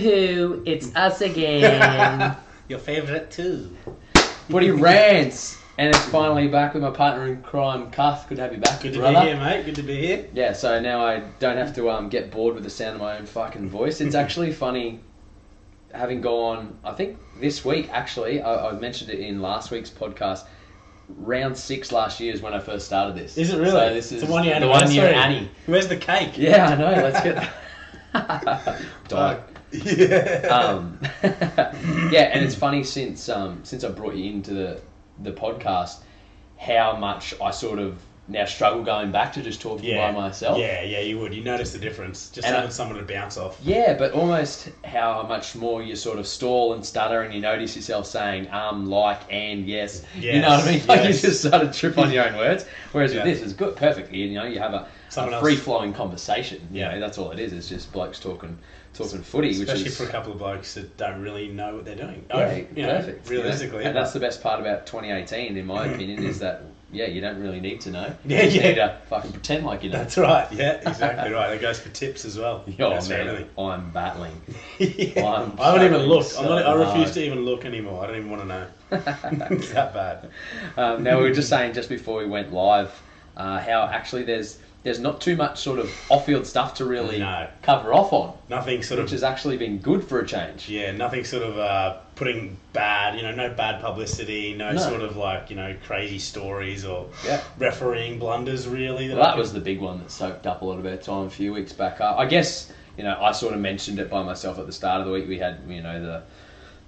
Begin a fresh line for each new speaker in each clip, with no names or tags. Yoo-hoo, it's us again.
Your favorite too.
Woody rants, and it's finally back with my partner in crime, Cuff. Good to have you back,
Good to
brother.
be here, mate. Good to be here.
Yeah, so now I don't have to um, get bored with the sound of my own fucking voice. It's actually funny having gone, I think this week, actually, I, I mentioned it in last week's podcast. Round six last year is when I first started this.
Is it really?
So this is
the one year
the one year
anniversary.
Annie.
Where's the cake?
Yeah, I know. Let's get. Dog.
Fuck. Yeah.
um, yeah, and it's funny since um, since I brought you into the the podcast, how much I sort of now struggle going back to just talking by myself.
Yeah, yeah, you would. You notice the difference. Just
And I-
having someone to bounce off.
Yeah, but almost how much more you sort of stall and stutter, and you notice yourself saying um, like, and yes. You know what I mean?
Yes,
Like
yes.
you just sort of trip on your own words. Whereas
Yeah.
with this, it's good, perfectly. You know, you have a,
Someone else-
free flowing conversation. You
Yeah.
know, that's all it is. It's just blokes talking, talking footy,
Especially
which is
for a couple of blokes that don't really know what they're doing.
Yeah,
Oh, you know,
perfect. you know.
Realistically.
and that's the best part about 2018, in my opinion, is that yeah, you don't really need to know.
Yeah,
you just
yeah.
need to fucking pretend like you know.
That's right. Yeah, exactly right. That goes for tips as well.
oh
Goes for
man,
everything.
I'm battling.
yeah.
I'm
I haven't even
fucking
looked.
so
I'm not, I refuse
hard.
to even look anymore. I don't even want to know. it's that bad.
Um, now we were just saying just before we went live, uh, how actually there's there's not too much sort of off-field stuff to really
No.
cover off on,
Nothing sort
which
of
has actually been good for a change.
Yeah, nothing sort of uh, putting bad, you know, no bad publicity, no,
No.
sort of like, you know, crazy stories or
Yeah.
refereeing blunders, really.
Well, that
I-
was the big one that soaked up a lot of our time a few weeks back. Uh, I guess you know I sort of mentioned it by myself at the start of the week. We had you know the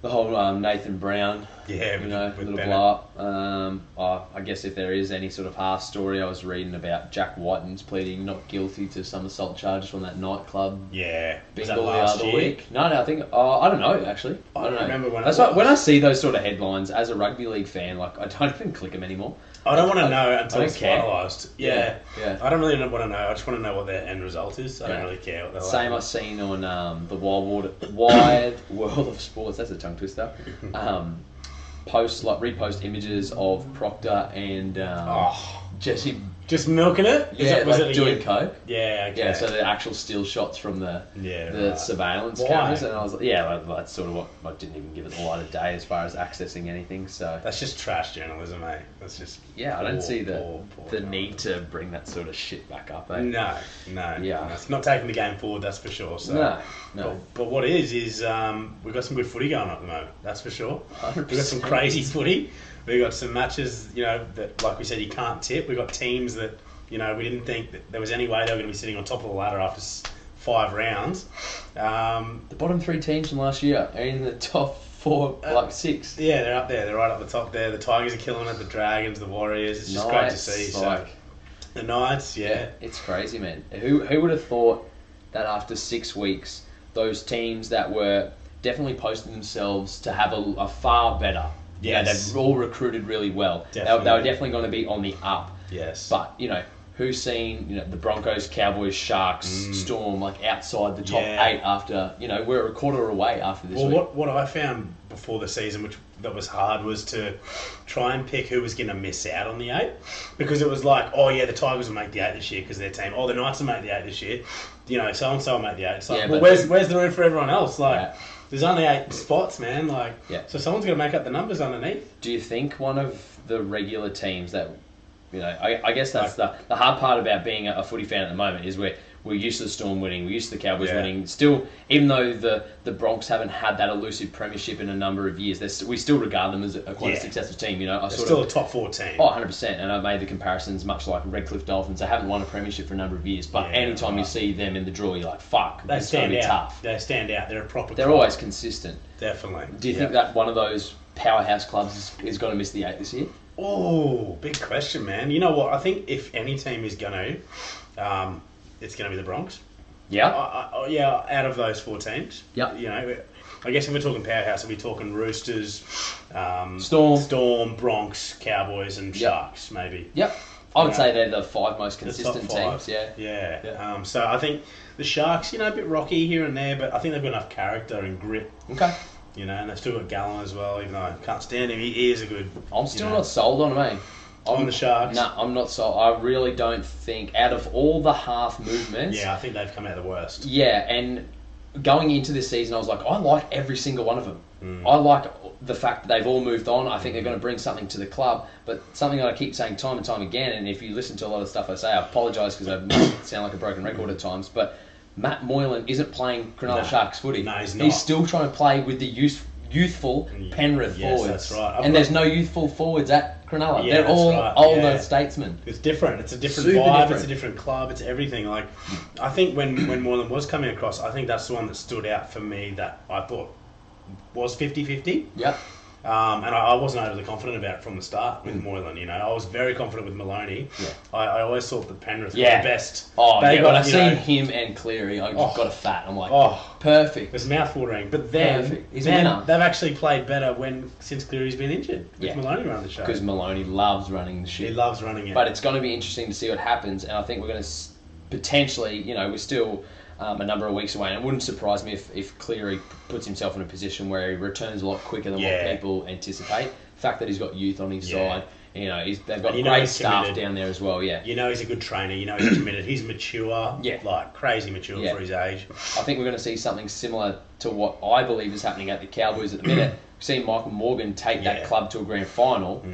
the whole um, Nathan Brown,
Yeah,
you
with-
know,
with
little
Bennett.
blow up. Um, I, I guess if there is any sort of half story, I was reading about Jack Whiten's pleading not guilty to some assault charges from that nightclub.
Yeah. Was that
Bingo the
last
other
year?
week. No, no, I think uh, I don't know actually.
I
I don't know.
remember when it
That's why-
was.
when I see those sort of headlines as a rugby league fan, like I don't even click them anymore.
I don't want
I-
to know until
don't
it's
care.
finalised. Yeah.
Yeah, yeah.
I don't really want to know. I just want to know what their end result is. I
Yeah.
don't really care what they're
Same
like.
I've seen on um, the Wild Water, Wide World of Sports. That's a tongue twister. Um, post like repost images of Proctor and um,
Oh,
Jesse.
just milking it? Is
Yeah,
it- was
like
it a
doing
year-
coke.
Yeah, okay.
Yeah, so the actual still shots from the
Yeah,
the
right.
surveillance
Why?
cameras, and I was like, yeah, like, that's sort of what I didn't even give it the light of day as far as accessing anything. So
That's just trash journalism, eh? That's just.
yeah, I don't
poor,
see the
poor, poor
the
journalism.
need to bring that sort of shit back up. Eh?
No, no.
Yeah.
no. It's not taking the game forward, that's for sure. So.
no, no.
But, but what is is um, we've got some good footy going on at the moment. That's for sure. we have got some
100%.
crazy footy. We've got some matches, you know, that like we said, you can't tip. We've got teams that, you know, we didn't think that there was any way they were going to be sitting on top of the ladder after s- five rounds. Um,
The bottom three teams from last year are in the top four,
Uh,
like six.
yeah, they're up there. They're right up the top there. The Tigers are killing it. The Dragons, the Warriors. It's just great to
Knights,
see.
like-
so the Knights, yeah.
It's crazy, man. Who who would have thought that after six weeks, those teams that were definitely posting themselves to have a, a far better. Yeah,
Yes.
they've all recruited really well. They, they were
Definitely.
definitely going to be on the up.
Yes.
But you know, who's seen you know the Broncos, Cowboys, Sharks, Storm like outside the top
Mm. Yeah.
eight after you know we're a quarter away after this
Well,
week.
what, what I found before the season, which that was hard, was to try and pick who was going to miss out on the eight, because it was like, oh yeah, the Tigers will make the eight this year because their team, oh the Knights will make the eight this year, you know, so and so will make the eight. It's like,
Yeah,
well,
but-
where's where's the room for everyone else? Like,
Yeah.
there's only eight spots, man. Like,
Yeah.
so someone's going to make up the numbers underneath.
Do you think one of the regular teams that, you know, I, I guess that's the, the hard part about being a, a footy fan at the moment is we're, we're used to the Storm winning, we're used to the Cowboys
Yeah.
winning. Still, even though the, the Bronx haven't had that elusive premiership in a number of years, they're st- we still regard them as a, quite
Yeah.
a successful team. You know, I
They're
sort
still
of.
a top four team.
Oh, 100%. And I've made the comparisons much like Redcliffe Dolphins. They haven't won a premiership for a number of years, but
Yeah,
anytime you
right.
see them in the draw, you're like, fuck,
they
it's going
stand
to be
out.
tough.
They stand out. They're a proper.
They're
club.
always consistent.
definitely.
Do you think
Yeah.
that one of those powerhouse clubs is, is going to miss the eight this year?
Oh, big question, man. You know what? I think if any team is going to, um, it's going to be the Bronx.
Yeah.
I, I, yeah, out of those four teams.
Yep.
You know, I guess if we're talking powerhouse, we're talking Roosters, um,
Storm.
Storm, Bronx, Cowboys, and Sharks, maybe.
Yep. I would
Yeah.
say they're the five most
The top
consistent
five.
teams. Yeah.
Yeah.
Yeah.
Um, so I think the Sharks, you know, a bit rocky here and there, but I think they've got enough character and grit,
Okay.
you know, and they've still got Gallon as well, even though I can't stand him. He is a good.
I'm
you
still
know,
not sold on them, eh?
On the Sharks?
No, I'm not sold. I really don't think out of all the half movements.
Yeah, I think they've come out the worst.
Yeah, and going into this season, I was like, I like every single one of them.
Mm.
I like the fact that they've all moved on. I think they're going to bring something to the club, but something that I keep saying time and time again. And if you listen to a lot of stuff I say, I apologise because I must sound like a broken record at times. But Matt Moylan isn't playing Cronulla
No.
Sharks footy.
No, he's not. Mm.
still trying to play with the youth, youthful Penrith
Yes,
forwards.
that's right. I've
and there's
got-
no youthful forwards at Cronulla.
Yeah,
they're
that's
all
right.
older
Yeah.
statesmen.
It's different. It's a different
Super
vibe.
different.
It's a different club. It's everything. Like, I think when when Moreland was coming across, I think that's the one that stood out for me that I thought was 50-50.
Yep.
Um, and I, I wasn't overly confident about it from the start with Moylan. You know, I was very confident with Maloney.
Mm. Yeah.
I, I always thought that Penrith
Yeah.
were the best.
Oh,
They
yeah, when I've
you
seen
know,
him and Cleary, I
Oh.
got a fat. I'm like,
Oh,
perfect.
it was mouthwatering. But then,
Perfect. He's a
then
winner.
they've actually played better when since Cleary's been injured with
Yeah.
Maloney around the show.
because Maloney loves running the
He
shit.
loves running it.
but it's going to be interesting to see what happens, and I think we're going to s- potentially, you know, we're still um, a number of weeks away, and it wouldn't surprise me if, if Cleary puts himself in a position where he returns a lot quicker than
Yeah.
what people anticipate. The fact that he's got youth on his
Yeah.
side, you know, he's, they've got
And you know
great
he's
staff
committed.
down there as well. Yeah,
you know he's a good trainer. You know he's committed. He's mature.
Yeah.
Like, crazy mature
Yeah.
for his age.
I think we're going to see something similar to what I believe is happening at the Cowboys at the minute. We've seen Michael Morgan take that
Yeah. Mm.
club to a grand final.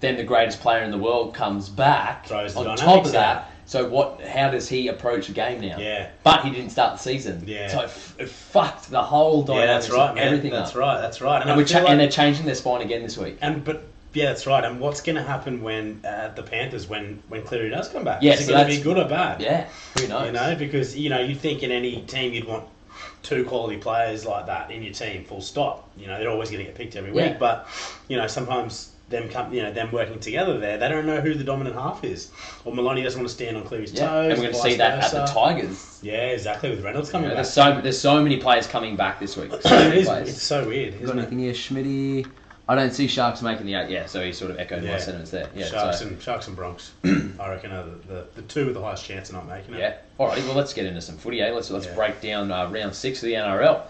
Then the greatest player in the world comes back
Throws the
on top
dynamics
of that.
out.
So what? How does he approach a game now?
Yeah.
But he didn't start the season.
Yeah.
So it, f- it fucked the whole
Yeah,
dynamic.
that's right, man.
Everything.
that's
up.
right. That's right.
And,
I
we're
feel
cha-
like-
and they're changing their spine again this week.
And but yeah, that's right. And what's going to happen when uh, the Panthers when when Cleary does come back?
Yeah, so
is it going to
that's-
be good or bad?
Yeah. Who knows?
you know because you know you think in any team you'd want two quality players like that in your team. Full stop. You know they're always going to get picked every week,
Yeah.
but you know sometimes. Them come, you know, them working together there. They don't know who the dominant half is, or Maloney doesn't want to stand on Cleary's
Yeah.
toes.
and we're going to
vice
see that at
versa.
the Tigers.
Yeah, exactly. With Reynolds coming
You know,
back,
there's so there's so many players coming back this week. So
it
many
is.
players.
It's so weird,
Got
isn't it?
anything here, Schmitty? I don't see Sharks making the eight. Yeah, so he sort of echoed my sentiments there. Yeah,
Sharks
so,
and Sharks and Bronx, I reckon, are the, the, the two with the highest chance of not making it.
yeah. All right. Well, let's get into some footy. Eh? Let's let's
Yeah.
break down uh, round six of the NRL.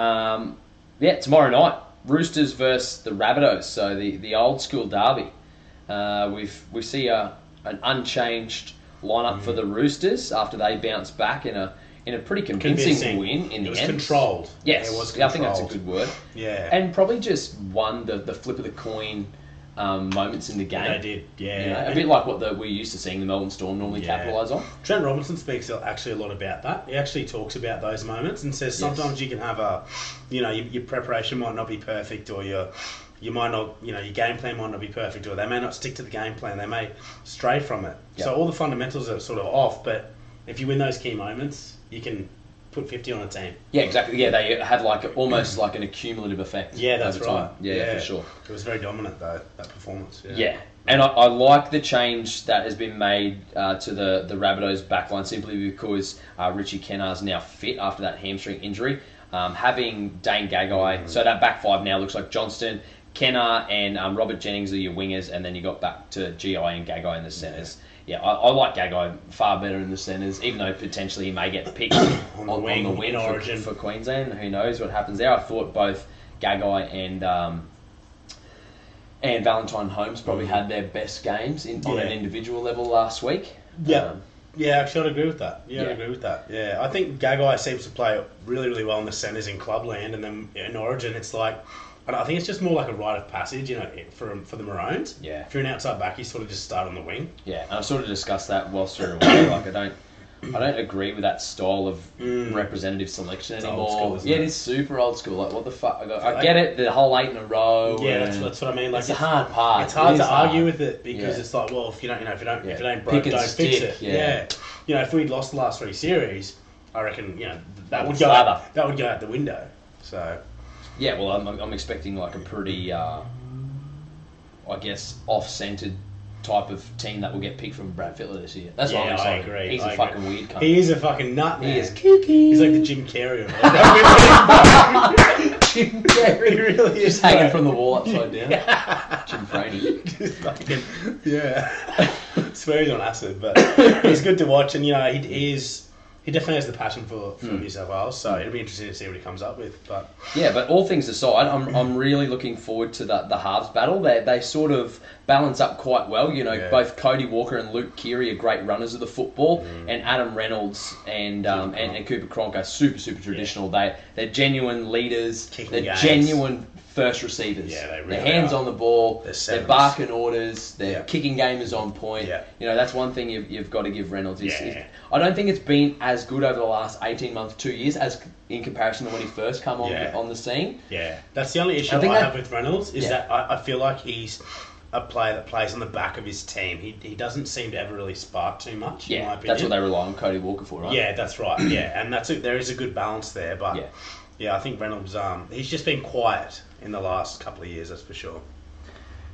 Um, yeah, tomorrow night, Roosters versus the Rabbitohs. So the, the old school derby. Uh, we've we see a, an unchanged lineup
Mm.
for the Roosters after they bounce back in a in a pretty convincing,
Convincing.
win. In
It
the
was
end,
controlled.
Yes,
It was
Yeah, I think that's a
controlled.
good word.
Yeah.
and probably just won the, the flip of the coin um, moments in the game.
they did. Yeah.
You know, a
And
bit like what the, we're used to seeing the Melbourne Storm normally
Yeah.
capitalise on.
Trent Robinson speaks actually a lot about that. He actually talks about those moments and says sometimes you can have a, you know, your, your preparation might not be perfect or your, you might not, you know, your game plan might not be perfect or they may not stick to the game plan. They may stray from it.
Yeah.
So all the fundamentals are sort of off. But if you win those key moments, you can put fifty on a team.
Yeah, exactly. Yeah, they had like almost like an accumulative effect.
Yeah, that's
over time.
right.
Yeah, yeah, for sure.
It was very dominant though that performance. Yeah.
Yeah, and I, I like the change that has been made uh, to the the Rabbitohs backline simply because uh, Richie Kennard's now fit after that hamstring injury. Um, having Dane
Mm-hmm.
Gagai, so that back five now looks like Johnston, Kennard, and um, Robert Jennings are your wingers, and then you got back to Gi and Gagai in the centres. Yeah, I, I like Gagai far better in the centres, even though potentially he may get picked on,
the
on
wing
the wing
in
for,
Origin.
for Queensland. Who knows what happens there? I thought both Gagai and um, and Valentine Holmes probably had their best games in, on
Yeah.
an individual level last week.
Yeah.
Um,
yeah, actually, I'd agree with that. Yeah,
Yeah.
I'd agree with that. Yeah, I think Gagai seems to play really, really well in the centres in clubland, and then in Origin, it's like, I don't- I think it's just more like a rite of passage, you know, for for the Maroons.
Yeah.
If you're an outside back, you sort of just start on the wing.
yeah, and I've sort of discussed that whilst we we're away. Like, I don't, I don't agree with that style of representative selection
Mm. old
anymore.
school, isn't
yeah,
it?
it is super old school. Like, what the fuck? I, go, I
Like-
get it. The whole eight in a row.
Yeah, that's,
and-
that's what I mean. Like
it's a hard part.
It's hard
It
to
is hard.
argue with it because
Yeah.
it's like, well, if you don't, you know, if you don't,
Yeah.
if it ain't
Pick
broke,
and
don't
stick,
fix it.
yeah.
Yeah. you know, if we'd lost the last three series, I reckon, you know, th- that would
It's
go
harder.
that would go out the window. So
Yeah, well, I'm, I'm expecting like a pretty, uh, I guess, off-centered type of team that will get picked from Brad Fittler this year. That's what I'm
yeah, I
excited.
agree.
He's
I
a
agree.
fucking weird cunt.
He is a fucking nut. man.
He is kooky.
He's like the Jim Carrey of it.
Jim Carrey.
He really is.
Just hanging
mate.
from the wall upside down. Jim Franey.
Just fucking, yeah. Swear he's on acid, but he's good to watch, and you know he, he is. He definitely has the passion for, for
Hmm.
New South Wales, so it'll be interesting to see what he comes up with. But
Yeah, but all things aside, I'm, I'm really looking forward to the, the halves battle. They, they sort of balance up quite well. You know,
Yeah.
both Cody Walker and Luke Keary are great runners of the football,
Mm.
and Adam Reynolds and um, and, and Cooper Cronk are super, super traditional. They, they're genuine leaders,
Kicking
they're
games.
genuine first receivers.
Yeah, they
are
really
hands
are.
on the ball,
They're
they're,
sevens.
barking orders, they're
Yeah.
kicking gamers on point.
Yeah.
You know, that's one thing you've, you've got to give Reynolds. Is,
Yeah.
is- I don't think it's been as good over the last 18 months, two years, as in comparison to when he first come on,
Yeah.
on the scene.
yeah, that's the only issue
I
I,
think that-
have with Reynolds is
Yeah.
that I, I feel like he's a player that plays on the back of his team. He, he doesn't seem to ever really spark too much. in my
Yeah,
opinion.
that's what they rely on Cody Walker for, right?
Yeah, that's right. Yeah, and that's it. There is a good balance there, but
Yeah.
yeah, I think Reynolds. Um, he's just been quiet in the last couple of years. That's for sure.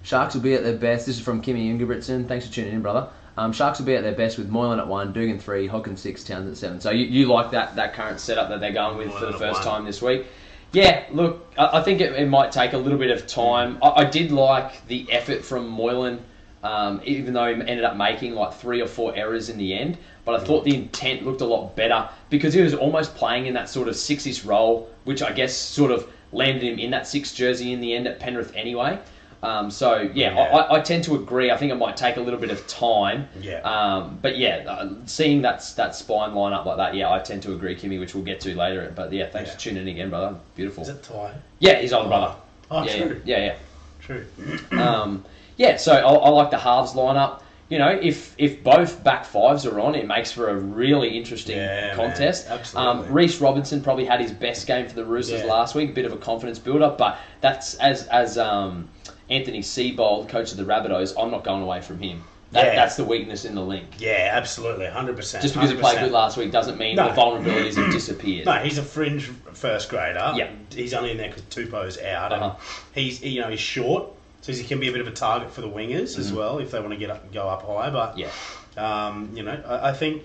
Sharks will be at their best. This is from Kimmy Ingebrigtsen. Thanks for tuning in, brother. Um, Sharks will be at their best with Moylan at one, Dugan three, Hocken six, Townsend at seven.
So you, you like that, that current setup that they're going with for
Moylan
the
at
first
one.
time this week? Yeah, look, I, I think it, it might take a little bit of time. I, I did like the effort from Moylan, um, even though he ended up making like three or four errors in the end. But I thought the intent looked a lot better because he was almost playing in that sort of six-ish role, which I guess sort of landed him in that six jersey in the end at Penrith anyway. Um, so yeah, I
Yeah.
I, I tend to agree. I think it might take a little bit of time.
Yeah.
Um, but yeah, uh, seeing that that spine line up like that, yeah, I tend to agree, Kimmy, which we'll get to later. But yeah, thanks
Yeah.
for tuning in again, brother. Beautiful.
Is it Ty?
yeah, his older brother.
Oh,
yeah,
true.
yeah, yeah,
True.
yeah. Um, yeah. So I, I like the halves line up. You know, if if both back fives are on, it makes for a really interesting
Yeah, man.
contest.
Absolutely.
Um, Reese Robinson probably had his best game for the Roosters
Yeah.
last week, a bit of a confidence build up, but that's as as um, Anthony Seabold, coach of the Rabbitohs, I'm not going away from him. That,
Yeah.
That's the weakness in the link.
Yeah, absolutely, hundred percent.
Just because he played good last week doesn't mean
No.
the vulnerabilities have disappeared.
No, he's a fringe first grader.
Yeah.
he's only in there because Tupou's out, and
Uh-huh.
he's you know he's short, so he can be a bit of a target for the wingers as well if they want to get up and go up high. But
Mm-hmm. Yeah.
Um, you know, I, I think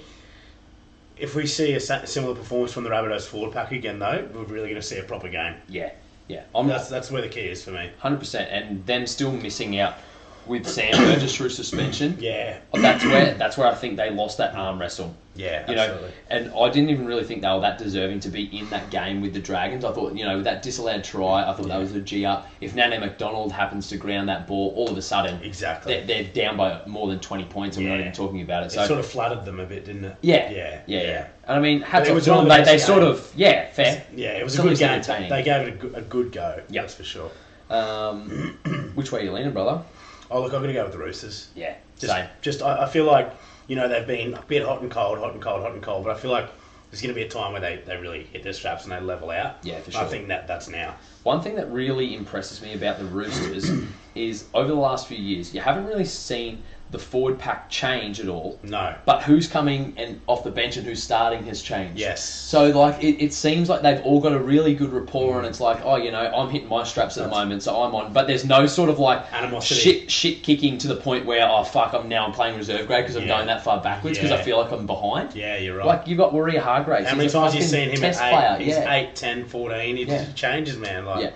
if we see a sa- similar performance from the Rabbitohs forward pack again, though, we're really going to see a proper game.
Yeah. Yeah. I'm
That's that's where the key is for me.
100%. And them still missing out with Sam Burgess through suspension.
Yeah,
But that's where that's where I think they lost that arm wrestle.
yeah,
You know,
absolutely.
and I didn't even really think they were that deserving to be in that game with the Dragons. I thought, you know, with that disallowed try, I thought that was a G up. If Nana McDonald happens to ground that ball, all of a sudden,
Exactly.
they're, they're down by more than 20 points, and we're not
Yeah.
even talking about it.
it
So,
sort of flattered them a bit, didn't it?
yeah,
yeah,
yeah, yeah. And I mean, hats
But it
off
was
to them.
one of the
They, they
best
sort
games.
of, yeah, fair.
Yeah, it was
Something
a good game.
entertaining.
They gave it a good, a good go.
Yeah.
that's for sure.
Um, which way are you leaning, brother?
Oh look, I'm going to go with the Roosters.
Yeah,
Just,
same.
just I, I feel like you know they've been a bit hot and cold, hot and cold, hot and cold. But I feel like there's going to be a time where they, they really hit their straps and they level out.
Yeah, for
And
sure.
I think that that's now.
One thing that really impresses me about the Roosters is over the last few years, you haven't really seen the forward pack change at all.
No,
But who's coming and off the bench and who's starting has changed.
Yes.
So like it, it seems like they've all got a really good rapport and it's like, oh, you know, I'm hitting my straps at the moment, so I'm on. But there's no sort of like
Animosity.
shit shit kicking to the point where oh fuck, I'm now I'm playing reserve grade because I'm
Yeah.
going that far backwards because I
Yeah.
feel like I'm behind.
yeah, you're right.
Like you've got Warrior Hargraves.
How
he's
many
a
times you
fucking
seen him
test
at eight?
player.
He's
yeah.
eight, 10, 14. He
Yeah.
just changes, man. Like
Yeah.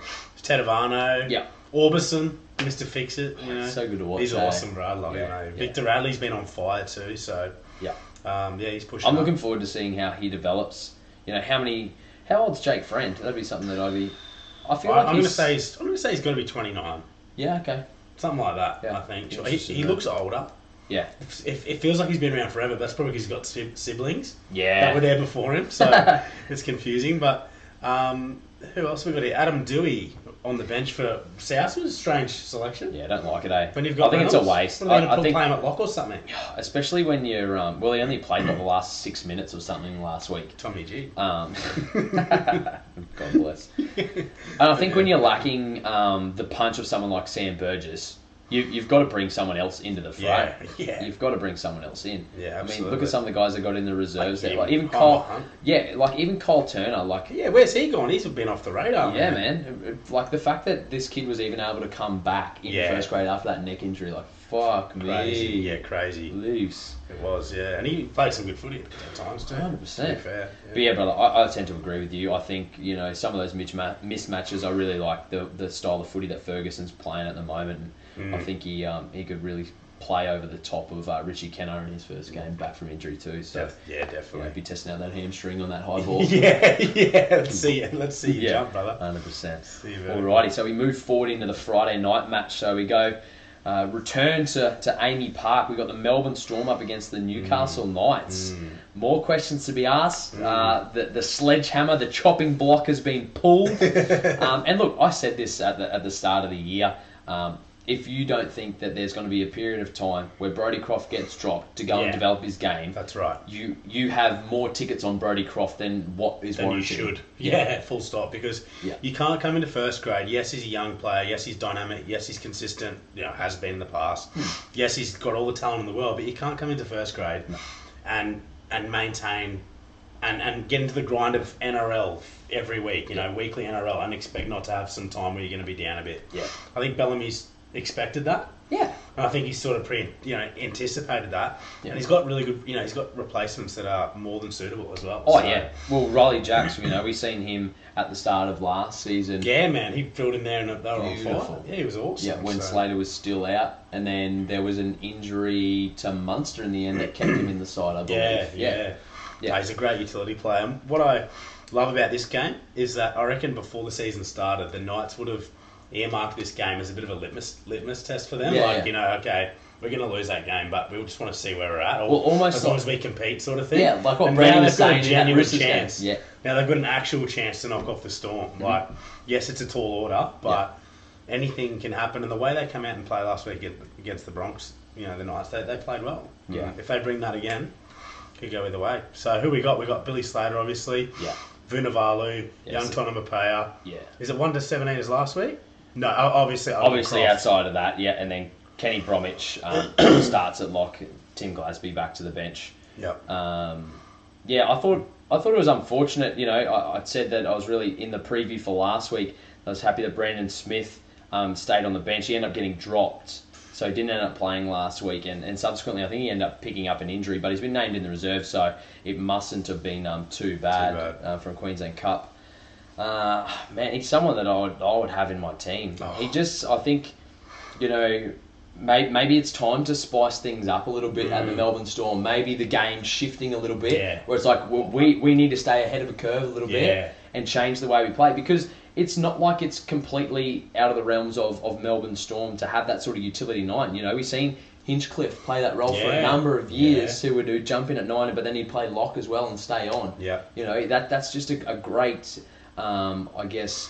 Tedavano,
Yeah.
Orbison, Mr. Fix It. You know,
So good to watch,
He's
eh?
awesome, bro. I love
Yeah,
him. Mate.
yeah.
Victor Radley's been on fire too. So
Yeah.
um, yeah, he's pushing.
I'm
up.
looking forward to seeing how he develops. You know, how many? How old's Jake Friend? That'd be something that I'd be. I feel
I,
like
am going to
he's-
say he's. I'm going to say he's going to be 29,
Yeah. Okay.
something like that.
Yeah.
I think. He,
Interesting,
he
yeah.
looks older.
Yeah.
It, it feels like he's been around forever. but That's probably because he's got si- siblings that were
Yeah.
there before him. So it's confusing. But um, who else we got here? Adam Dewey on the bench for South was a strange selection.
Yeah. I don't like it, eh?
When you've got
I think it's a
Reynolds,
waste.
What are
I,
they going to
I
put
think,
play him at lock or something?
especially when you're. Um, well, he only played like the last six minutes or something last week.
Tommy G.
Um, God bless. And I think when you're lacking um, the punch of someone like Sam Burgess, you, you've got to bring someone else into the fray.
Yeah, yeah.
You've got to bring someone else in.
Yeah,
I mean, look
absolutely.
at some of the guys that got in the reserves
Like
there. Like
him,
even Cole.
Hummer, huh?
Yeah, like even Cole Turner. Like oh,
Yeah, where's he gone? He's been off the radar.
yeah, man. Like the fact that this kid was even able to come back in
Yeah.
first grade after that neck injury. Like fuck
Crazy.
me.
Yeah, crazy.
Loose.
It was, yeah. And he played some good footy at times, too.
100%.
To be fair.
But yeah, brother, I, I tend to agree with you. I think you know some of those misma- mismatches. I
Mm.
really like the the style of footy that Ferguson's playing at the moment. And I think he um, he could really play over the top of uh, Richie Kenno in his first game back from injury too. So
Def- yeah,
you know,
definitely.
be testing out that hamstring on that high ball.
Yeah, yeah. Let's see. you- Let's see you jump, brother.
Hundred percent.
See you, brother.
Alrighty, so we move forward into the Friday night match. So we go uh, return to, to Amy Park. We got the Melbourne Storm up against the Newcastle
Mm.
Knights. More questions to be asked. Uh, the the sledgehammer, the chopping block has been pulled. um, and look, I said this at the at the start of the year. Um, if you don't think that there's going to be a period of time where Brody Croft gets dropped to go
Yeah.
and develop his game,
That's right.
you you have more tickets on Brody Croft than what is
than you
warranted.
should. Yeah, full stop. Because
Yeah.
you can't come into first grade. Yes, he's a young player. Yes, he's dynamic. Yes, he's consistent. You know, has been in the past.
Hmm.
yes, he's got all the talent in the world. But you can't come into first grade and and maintain and and get into the grind of NRL every week. You know, weekly NRL, and expect not to have some time where you're going to be down a bit.
Yeah.
I think Bellamy's expected that.
Yeah.
And I think he's sort of pre, you know, anticipated that,
Yeah.
and he's got really good, you know, he's got replacements that are more than suitable as well.
Oh
So-
yeah. Well, Riley Jacks, you know, we seen him at the start of last season.
Yeah, man, he drilled in there and they were on fire.
Beautiful.
Yeah, he was awesome.
Yeah, when
so-
Slater was still out, and then there was an injury to Munster in the end that kept him in the side. I believe.
Yeah, yeah.
Yeah.
No, he's a great utility player. And what I love about this game is that I reckon before the season started, the Knights would have earmarked this game as a bit of a litmus litmus test for them.
Yeah,
like,
yeah.
you know, okay, we're going to lose that game, but we just want to see where we're at. Or
Well, almost
as long
like-
as we compete, sort of thing.
Yeah, like what
And
Brandon
now
was
they've got
saying in
a
that
genuine
Roosters game.
chance.
Yeah.
Now they've got an actual chance to knock off the Storm.
Mm-hmm.
Like, yes, it's a tall order, but anything can happen. And the way they come out and play last week ag- against the Bronx, you know, the Knights, they, they played well.
Yeah.
If they bring that again, could go either way. So who we got? We got Billy Slater, obviously.
Yeah.
Vunivalu,
Yes.
Young Tonamapea.
Yeah.
Is it one to seventeen as last week? No, o- obviously. Owen
Obviously,
Croft.
outside of that, yeah, and then Kenny Bromwich um, starts at lock. Tim Glasby back to the bench.
Yep.
Um, yeah, I thought I thought it was unfortunate. You know, I, I said that I was really in the preview for last week. I was happy that Brandon Smith um, stayed on the bench. He ended up getting dropped, so he didn't end up playing last week. And, and subsequently, I think he ended up picking up an injury, but he's been named in the reserve, so it mustn't have been um, too bad,
bad.
Uh, from Queensland Cup. Uh, man, he's someone that I would, I would have in my team.
Oh.
He just, I think, you know, may, maybe it's time to spice things up a little bit at the Melbourne Storm. Maybe the game's shifting a little bit,
Mm. Yeah.
where it's like well, we we need to stay ahead of the curve a little
Yeah.
bit and change the way we play because it's not like it's completely out of the realms of, of Melbourne Storm to have that sort of utility nine. You know, we've seen Hinchcliffe play that role for
Yeah.
a number of years who would do jump in at nine, but then he'd play lock as well and stay on.
Yeah.
You know, that that's just a, a great, um, I guess,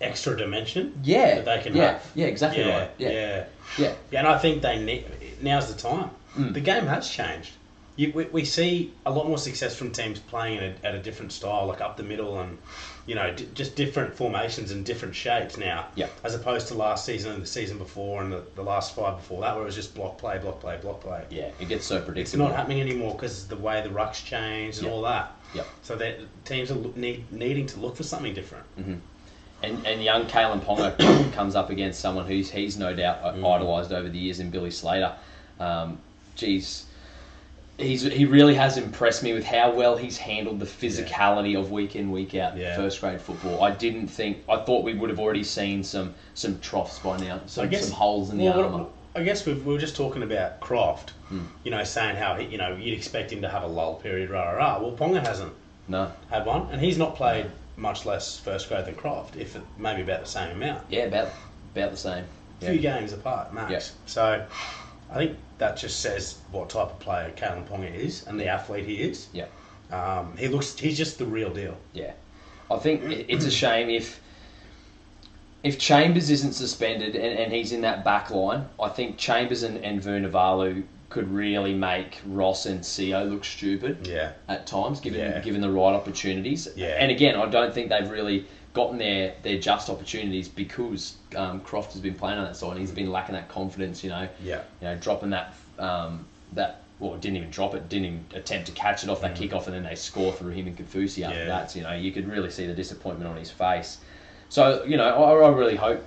Extra dimension.
yeah.
That they can
yeah,
have.
Yeah, exactly
Yeah,
right. Yeah, yeah.
yeah. Yeah, and I think they need, now's the time.
Hmm.
The game has changed. You, we, we see a lot more success from teams playing at a, at a different style, like up the middle and, you know, d- just different formations and different shapes now.
Yeah.
As opposed to last season and the season before and the, the last five before that, where it was just block play, block play, block play.
Yeah, It gets so
It's
predictable.
not happening anymore because the way the rucks changed and
Yeah.
all that.
Yeah.
So that teams are lo- need, needing to look for something different.
And, and young Kalen Ponga comes up against someone who's he's no doubt
Mm.
idolised over the years in Billy Slater. Um, geez, he's he really has impressed me with how well he's handled the physicality of week in week out
Yeah.
first grade football. I didn't think I thought we would have already seen some some troughs by now, some, some holes in the
well, what-
armour.
I guess we we were just talking about Croft,
Hmm.
you know, saying how he, you know you'd expect him to have a lull period, rah rah rah. Well, Ponga hasn't
No,
had one, and he's not played much less first grade than Croft, if it, maybe about the same amount,
yeah, about about the same.
a few games apart max.
Yeah.
So, I think that just says what type of player Kalen Ponga is and the athlete he is.
Yeah.
Um, he looks he's just the real deal.
Yeah, I think it- it's a shame if if Chambers isn't suspended and, and he's in that back line. I think Chambers and, and Vernavalu could really make Ross and Co look stupid
Yeah.
at times, given
Yeah.
given the right opportunities.
Yeah.
And again, I don't think they've really gotten their, their just opportunities because um, Croft has been playing on that side and he's been lacking that confidence. You know,
Yeah.
you know, dropping that um, that well, didn't even drop it, didn't even attempt to catch it off that kick kickoff, and then they score through him and Kafusi after
Mm. Yeah.
that. You know, you could really see the disappointment on his face. So you know, I, I really hope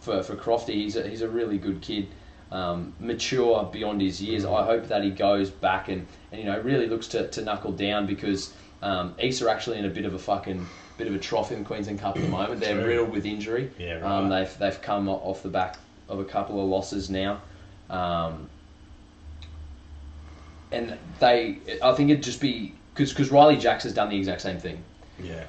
for for Crofty, he's a, he's a really good kid. Um, mature beyond his years.
Mm.
I hope that he goes back and, and you know really looks to, to knuckle down because um, East are actually in a bit of a fucking bit of a trough in Queensland Cup at the moment. They're
True.
riddled with injury.
Yeah,
Um,
right.
they've they've come off the back of a couple of losses now. Um, and they, I think it'd just be because because Riley Jacks has done the exact same thing.
Yeah.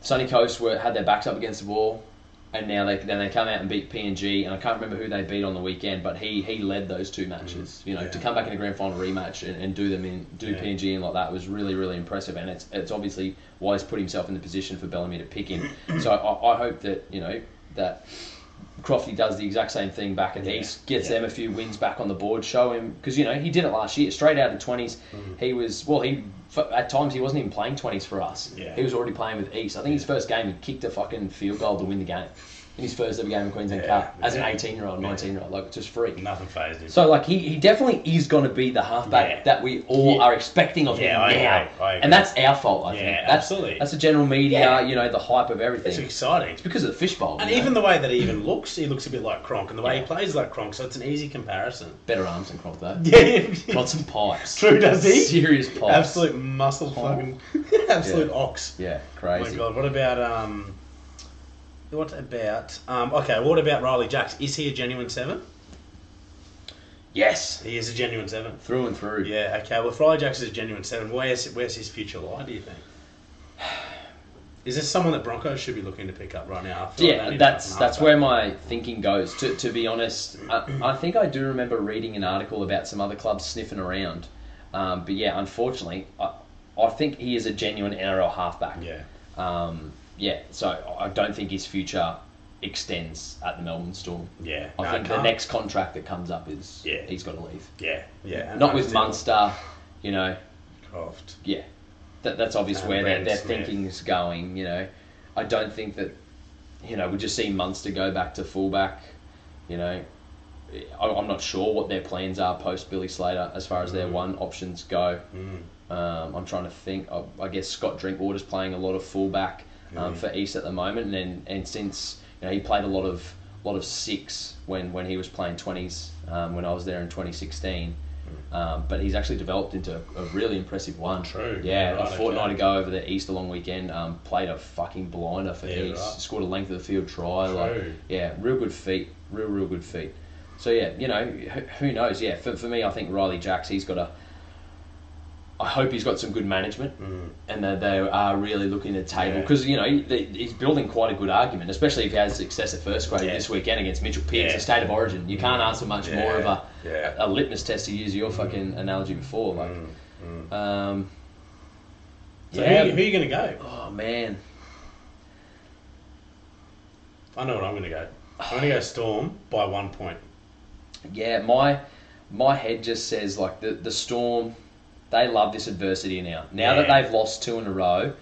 Sunny Coast were had their backs up against the wall, and now they then they come out and beat PNG, and I can't remember who they beat on the weekend, but he he led those two matches. You know, to
Mm. Yeah.
come back in a grand final rematch and, and do them in do
Yeah.
PNG in like that was really really impressive, and it's it's obviously why he's put himself in the position for Bellamy to pick him. so I, I hope that you know that. Crofty does the exact same thing back at the
Yeah.
East, gets
Yeah.
them a few wins back on the board, show him because you know he did it last year, straight out of twenties.
Mm.
He was well, he at times he wasn't even playing twenties for us.
Yeah.
He was already playing with East. I think his first game he kicked a fucking field goal to win the game in his first ever game in Queensland
Yeah,
Cup as an
yeah.
eighteen year old, nineteen year old, like it's just free.
Nothing phased him.
So like he, he definitely is going to be the halfback
Yeah.
that we all
Yeah.
are expecting of
Yeah,
him now,
I agree, I agree.
and that's our fault. I
Yeah,
think that's,
absolutely.
That's the general media,
Yeah.
you know, the hype of everything.
it's
It's
exciting.
because of the fishbowl,
And
you know,
even the way that he even looks, he looks a bit like Kronk, and the way
Yeah.
he plays is like Kronk, so it's an easy comparison.
better arms than Cronk though.
Yeah,
Got some pipes.
True, does he?
Serious pipes.
absolute muscle, fucking absolute
Yeah.
ox.
Yeah,
Oh my
crazy.
god, what about um, what about um? Okay, what about Riley Jacks? Is he a genuine seven?
yes,
He is a genuine seven.
through and through.
Yeah, okay. Well, if Riley Jacks is a genuine seven, where's where's his future lie? Do you think? Is this someone that Broncos should be looking to pick up right now? I feel like they
yeah,
need
that's
another
that's
halfback.
where my thinking goes. To, to be honest, I, I think I do remember reading an article about some other clubs sniffing around, um, but yeah, unfortunately, I, I think he is a genuine NRL halfback.
Yeah,
um, yeah. So I I don't think his future extends at the Melbourne Storm.
yeah.
I
No,
think the
can't.
next contract that comes up is
Yeah.
he's got to leave.
Yeah, yeah.
Not with
Understandable.
Munster, you know.
Croft.
yeah, that, that's obvious
And
where their,
Brandon
their
Smith.
thinking's going. You know, I don't think that you know we just see Munster go back to fullback. You know, I, I'm not sure what their plans are post Billy Slater as far as their one options go.
Mm.
Um, I'm trying to think. I, I guess Scott Drinkwater's playing a lot of fullback um,
Mhm.
for East at the moment, and then, and since you know he played a lot of lot of six when, when he was playing 20s um, when I was there in 2016.
Mm.
Um, but he's actually developed into a, a really impressive one.
True.
Yeah,
Right,
a fortnight
okay.
ago over the Easter long weekend, um, played a fucking blinder for
Yeah,
East.
right.
Scored a length of the field try. Like,
True.
yeah, real good feet. Real, real good feet. So yeah, you know, wh- who knows? Yeah, for, for me, I think Riley Jacks. He's got a. I hope he's got some good management,
Mm.
and that they are really looking to table
Yeah.
because you know he- they- he's building quite a good argument, especially if he has success at first grade
Yeah.
this weekend against Mitchell Pearce,
Yeah.
a state of origin. You can't ask for much
Yeah.
more of a,
Yeah.
a litmus test to use your fucking analogy before. Like,
Mm. Mm.
um,
So
yeah.
who, who are you going to go?
oh man,
I know what I'm going to go. I'm going to go Storm by one point.
yeah. My my head just says like the the storm. They love this adversity now. Now that
Yeah.
they've lost two in a row,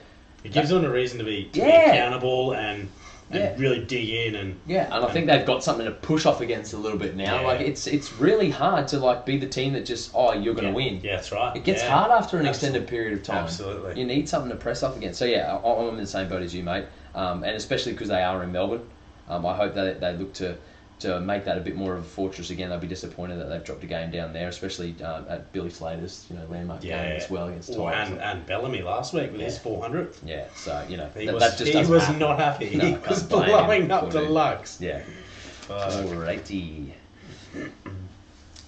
It gives them a reason to be, to be
Yeah.
accountable and, and
Yeah.
really dig in and
yeah, and I think they've got something to push off against a little bit now.
Yeah.
Like it's it's really hard to like be the team that just oh you're gonna
yeah,
win.
Yeah, that's right.
It gets
yeah.
hard after an
Absolutely.
extended period of time.
Absolutely.
You need something to press off against. So yeah, I- I'm in the same boat as you, mate. Um, and especially because they are in Melbourne, um, I hope that they look to to make that a bit more of a fortress again. They'll be disappointed that they've dropped a game down there, especially um, at Billy Slater's, you know, landmark
Yeah.
game as well against
Oh,
Tigers.
and, and Bellamy last week with his 400th.
yeah, so you know
He
that,
was,
that just
he
doesn't
was
happen.
not happy.
No, I
he
can't
was
blame him
blowing
for
up the
doing-
Lux.
Yeah.
Fuck.
Alrighty.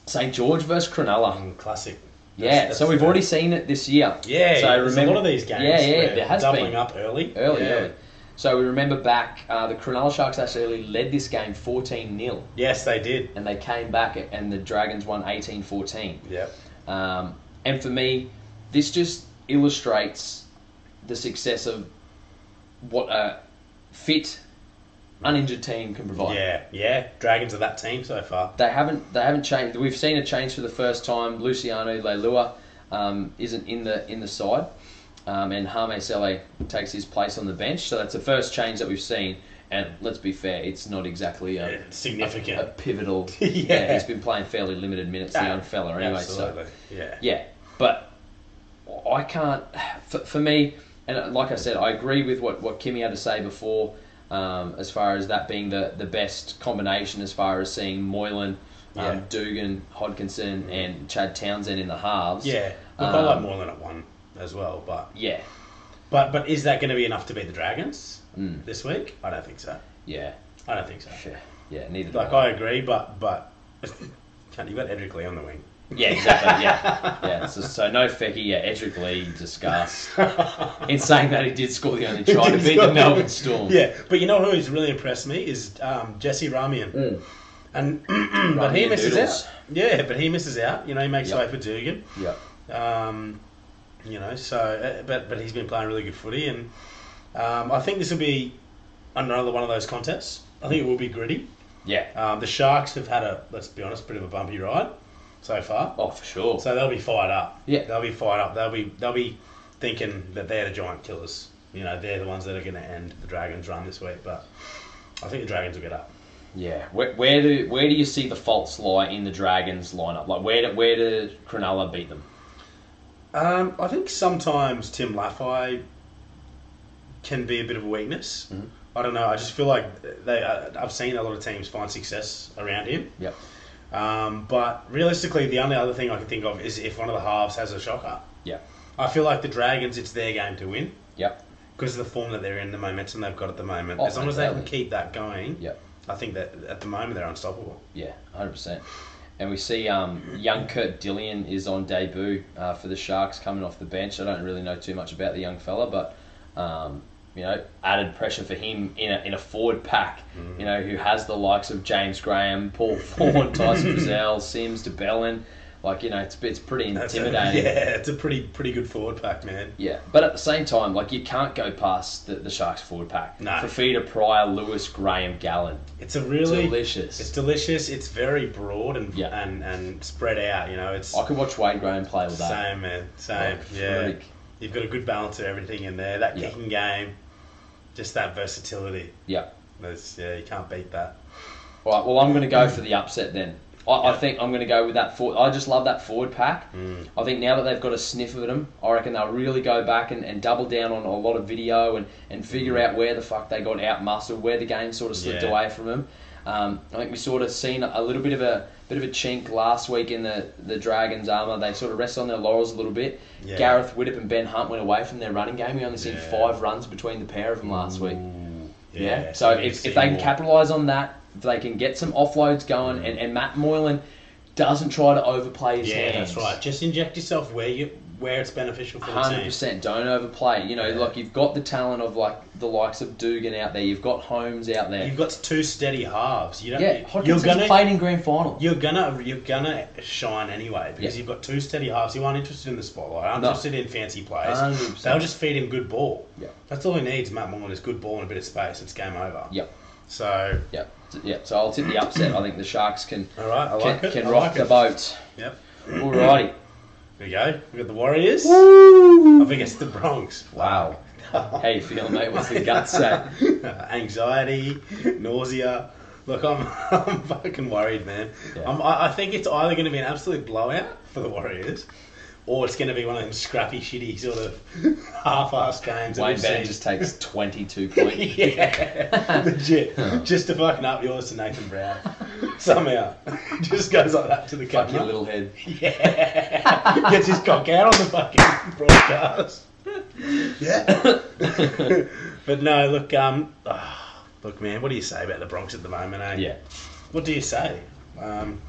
St George versus Cronulla.
Um, classic.
Yeah,
That's-
so
that's
we've
the-
already seen it this year.
Yeah,
so
so remember, a lot of these games.
Yeah, yeah,
where
there has
doubling
been.
up early.
Early,
yeah.
early. So we remember back, uh, the Cronulla Sharks actually led this game 14 0,
Yes, they did.
and they came back and the Dragons won 18 14.
Yep.
Um, and for me, this just illustrates the success of what a fit, uninjured team can provide.
Yeah, yeah. Dragons are that team so far.
They haven't they haven't changed. We've seen a change for the first time. Luciano Leilua um, isn't in the in the side, um, and Hame Sele takes his place on the bench. So that's the first change that we've seen. And let's be fair, it's not exactly a,
Significant.
a pivotal.
Yeah.
he's been playing fairly limited minutes, the
Ah,
young fella. uh, Anyway,
Absolutely.
so
yeah.
yeah, but I can't. For, for me, and like I said, I agree with what what Kimmy had to say before, um, as far as that being the the best combination, as far as seeing Moylan,
Yeah.
um, Dugan, Hodkinson, and Chad Townsend in the halves.
Yeah. Look, I
Um,
like Moreland at one as well, but
yeah,
but but is that going to be enough to beat the Dragons
Mm.
this week? I don't think so.
yeah,
I don't think so.
yeah. yeah neither do
Like
I.
I agree, but but Cunt, you got Edric Lee on the wing.
Yeah, exactly. Yeah, yeah. So, so no Fecky. Yeah, Edric Lee discussed. In saying that, he did score the only try to beat the Melbourne Storm.
Yeah, but you know who's really impressed me is um, Jesse Ramian. And but he
Hmm. Ramian
misses
Noodles.
out. Yeah, but he misses out. You know, he makes
Yep.
way for Dugan.
yeah.
Um, you know, so uh, but but he's been playing really good footy, and um, I think this will be another one of those contests. I think it will be gritty.
Yeah.
Um, the Sharks have had a let's be honest, bit of a bumpy ride so far.
Oh, for sure.
So they'll be fired up.
Yeah.
they'll be fired up. They'll be they'll be thinking that they're the giant killers. You know, they're the ones that are going to end the Dragons' run this week. But I think the Dragons will get up.
Yeah, where, where do where do you see the faults lie in the Dragons lineup? Like where do, where do Cronulla beat them?
Um, I think sometimes Tim Laffey can be a bit of a weakness.
Mm-hmm.
I don't know. I just feel like they. Uh, I've seen a lot of teams find success around him.
Yep.
Um, but realistically, the only other thing I can think of is if one of the halves has a shocker.
Yep.
I feel like the Dragons, it's their game to win.
Yep.
because of the form that they're in, the momentum they've got at the moment.
Oh,
as long as they can
exactly.
keep that going,
Yep.
I think that at the moment they're unstoppable.
Yeah, hundred percent. And we see um, young Kurt Dillion is on debut uh, for the Sharks coming off the bench. I don't really know too much about the young fella, but um, you know, added pressure for him in a, in a forward pack.
Mm-hmm.
You know, who has the likes of James Graham, Paul Fawn, Tyson Frizzell, Sims, DeBellin. Like you know, it's it's pretty
That's a-
intimidating.
yeah, it's a pretty pretty good forward pack, man.
Yeah, but at the same time, like you can't go past the, the Sharks forward pack.
No.
Fafita, Pryor, Lewis, Graham, Gallen.
It's a really
Delicious.
It's delicious. It's very broad and
Yeah.
and and spread out. You know, it's
I could watch Wade Graham play all day.
same man, same.
Like,
yeah,
freak.
you've got a good balance of everything in there. That
Yeah.
kicking game, just that versatility.
Yeah.
That's, yeah, you can't beat that.
All right. Well, I'm going to go for the upset then. I, I think I'm going to go with that forward. I just love that forward pack.
Mm.
I think now that they've got a sniff of them, I reckon they'll really go back and, and double down on a lot of video and, and figure out where the fuck they got out muscled, where the game sort of slipped
Mm. Yeah.
away from them. Um, I think we sort of seen a little bit of a bit of a chink last week in the, the Dragons' armour. They sort of rested on their laurels a little bit.
Yeah.
Gareth Widdop and Ben Hunt went away from their running game. We only seen
Yeah.
five runs between the pair of them last week. Yeah.
we
So
need to
if,
see
if they can
more. Mm.
capitalise on that, if they can get some offloads going, and, and Matt Moylan doesn't try to overplay his
yeah,
hands.
that's right. Just inject yourself where you where it's beneficial for the
Hundred
team.
percent. Don't overplay. You know,
Yeah.
like you've got the talent of like the likes of Dugan out there. You've got Holmes out there.
You've got two steady halves. You don't.
yeah,
you're
Hodgkinson's
gonna
played in grand final.
you're gonna you're gonna shine anyway because
Yeah.
you've got two steady halves who aren't interested in the spotlight, aren't
No.
interested in fancy plays.
100%.
They'll just feed him good ball.
Yeah.
That's all he needs, Matt Mullen, is good ball and a bit of space. It's game over.
Yep.
So,
Yep. Yep. So I'll tip the upset. I think the Sharks can
all right, I
can,
like it.
can
I
rock
like
the
it.
boat.
Yep.
Alrighty.
There we go. We got the Warriors. Up against the Bronx.
Wow. How you feeling, mate? What's the gut say?
anxiety, nausea. Look, I'm, I'm fucking worried, man.
Yeah.
I'm, I, I think it's either going to be an absolute blowout for the Warriors, or it's going to be one of them scrappy, shitty sort of half-assed games. that
Wayne
we've
Bennett
seen.
just takes twenty-two points.
yeah, legit. Just to fucking up yours to Nathan Brown somehow. just goes like that to the
Fuck your
camera.
little head.
Yeah. Gets his cock out on the fucking broadcast. Yeah. but no, look, um, ah, look, man, what do you say about the Bronx at the moment, eh?
Yeah.
What do you say? Um,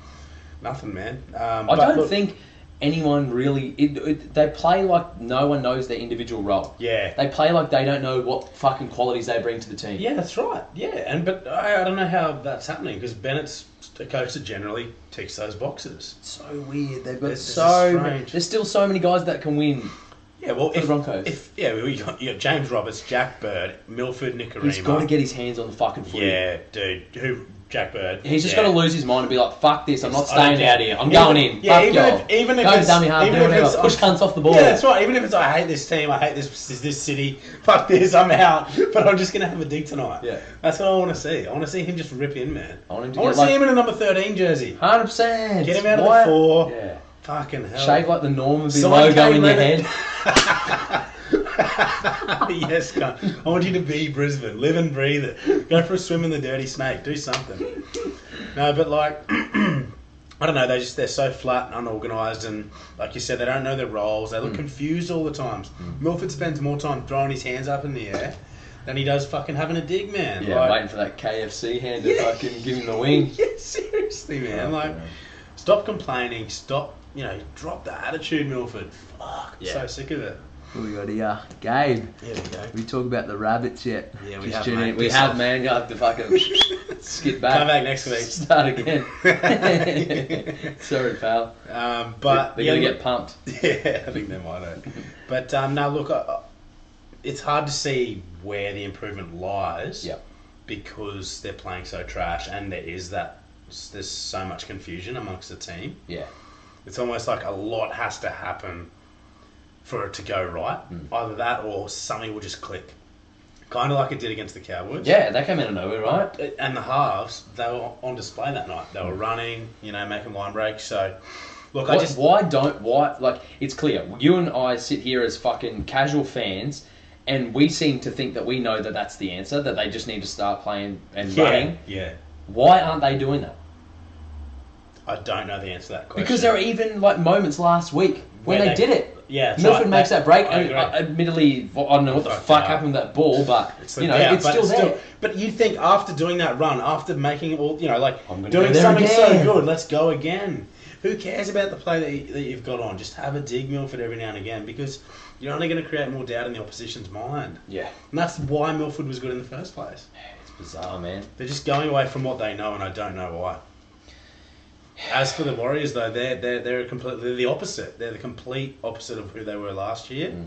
nothing, man. Um,
I
but
don't
look-
think anyone really. It, it, they play like no one knows their individual role.
Yeah.
They play like they don't know what fucking qualities they bring to the team.
Yeah, that's right. Yeah, and but I, I don't know how that's happening because Bennett's a coach that generally ticks those boxes.
It's so weird. They've got
This is
so
strange.
many. There's still so many guys that can win.
Yeah, well,
the
if,
Broncos.
if yeah, well, you got, you got James Roberts, Jack Bird, Milford, Nicarima.
He's got to get his hands on the fucking footy.
Yeah, dude, who Jack Bird?
He's just
yeah.
got to lose his mind and be like, "Fuck this! I'm not
I don't
staying
care.
out here. I'm
Even-
going in.
yeah,
Fuck
even
y'all.
if- even if
Go
it's-
dummy hard,
even
do
if
whatever.
it's-
push cunts off the ball."
Yeah, that's right. Even if it's I hate this team, I hate this this city, fuck this, I'm out. But I'm just gonna have a dig tonight.
Yeah.
that's what I want to see. I want to see him just rip in, man.
I want him to
wanna
get,
see
like-
him in a number thirteen jersey.
Hundred percent.
Get him out of the four.
Yeah.
Fucking hell.
Shave like the Norman
Sign
logo
Kane
in your
Leonard.
head.
yes, cunt. I want you to be Brisbane. Live and breathe it. Go for a swim in the dirty snake. Do something. No, but like, I don't know. They just they're so flat and unorganised, and like you said, they don't know their roles.
Mm.
They look confused all the times. Milford spends more time throwing his hands up in the air than he does fucking having a dig, man.
Yeah,
Like-
waiting for Oh, that KFC hand to
Yeah.
fucking give him the wing.
yeah, seriously, man. Like, Stop complaining. Stop. You know, drop the attitude, Milford. Fuck.
Yeah.
So sick of it.
Who we got here? Gabe.
Here we go.
We talk about the rabbits yet?
Yeah, we
Just
have,
tune in.
mate.
We
We
Piss
have.
have, man. You'll have to fucking skip back.
Come back next week.
Start again. Sorry, pal.
Um, but
They're
yeah,
going to
look-
get pumped.
Yeah, I think they might have. But um, now look, I- I, it's hard to see where the improvement lies.
Yep.
Because they're playing so trash, and there is that there's so much confusion amongst the team.
Yeah.
It's almost like a lot has to happen for it to go right.
Hmm.
Either that or something will just click. Kind of like it did against the Cowboys.
Yeah, that came out of nowhere, right?
And the halves, they were on display that night. They were running, you know, making line breaks. So, look, I
Why-
just
why don't why like it's clear you and I sit here as fucking casual fans, and we seem to think that we know that that's the answer that they just need to start playing and running.
yeah,
Why aren't they doing that?
I don't know the answer to that question.
Because there are even like moments last week when
Where
they, did it.
Yeah, it's
Milford
right.
makes that break,
I
and
agree.
uh, admittedly, I don't know what the
Fucked
fuck
up.
happened with that ball, but you know,
yeah,
it's
but
still there.
But you think after doing that run, after making all, you know, like
I'm gonna
doing
go there
something
again.
so good, let's go again. Who cares about the play that, you, that you've got on? Just have a dig Milford every now and again because you're only going to create more doubt in the opposition's mind.
Yeah,
And that's why Milford was good in the first place.
it's bizarre, man.
They're just going away from what they know, and I don't know why. As for the Warriors, though, they're they're they're completely they're the opposite. They're the complete opposite of who they were last year. They're-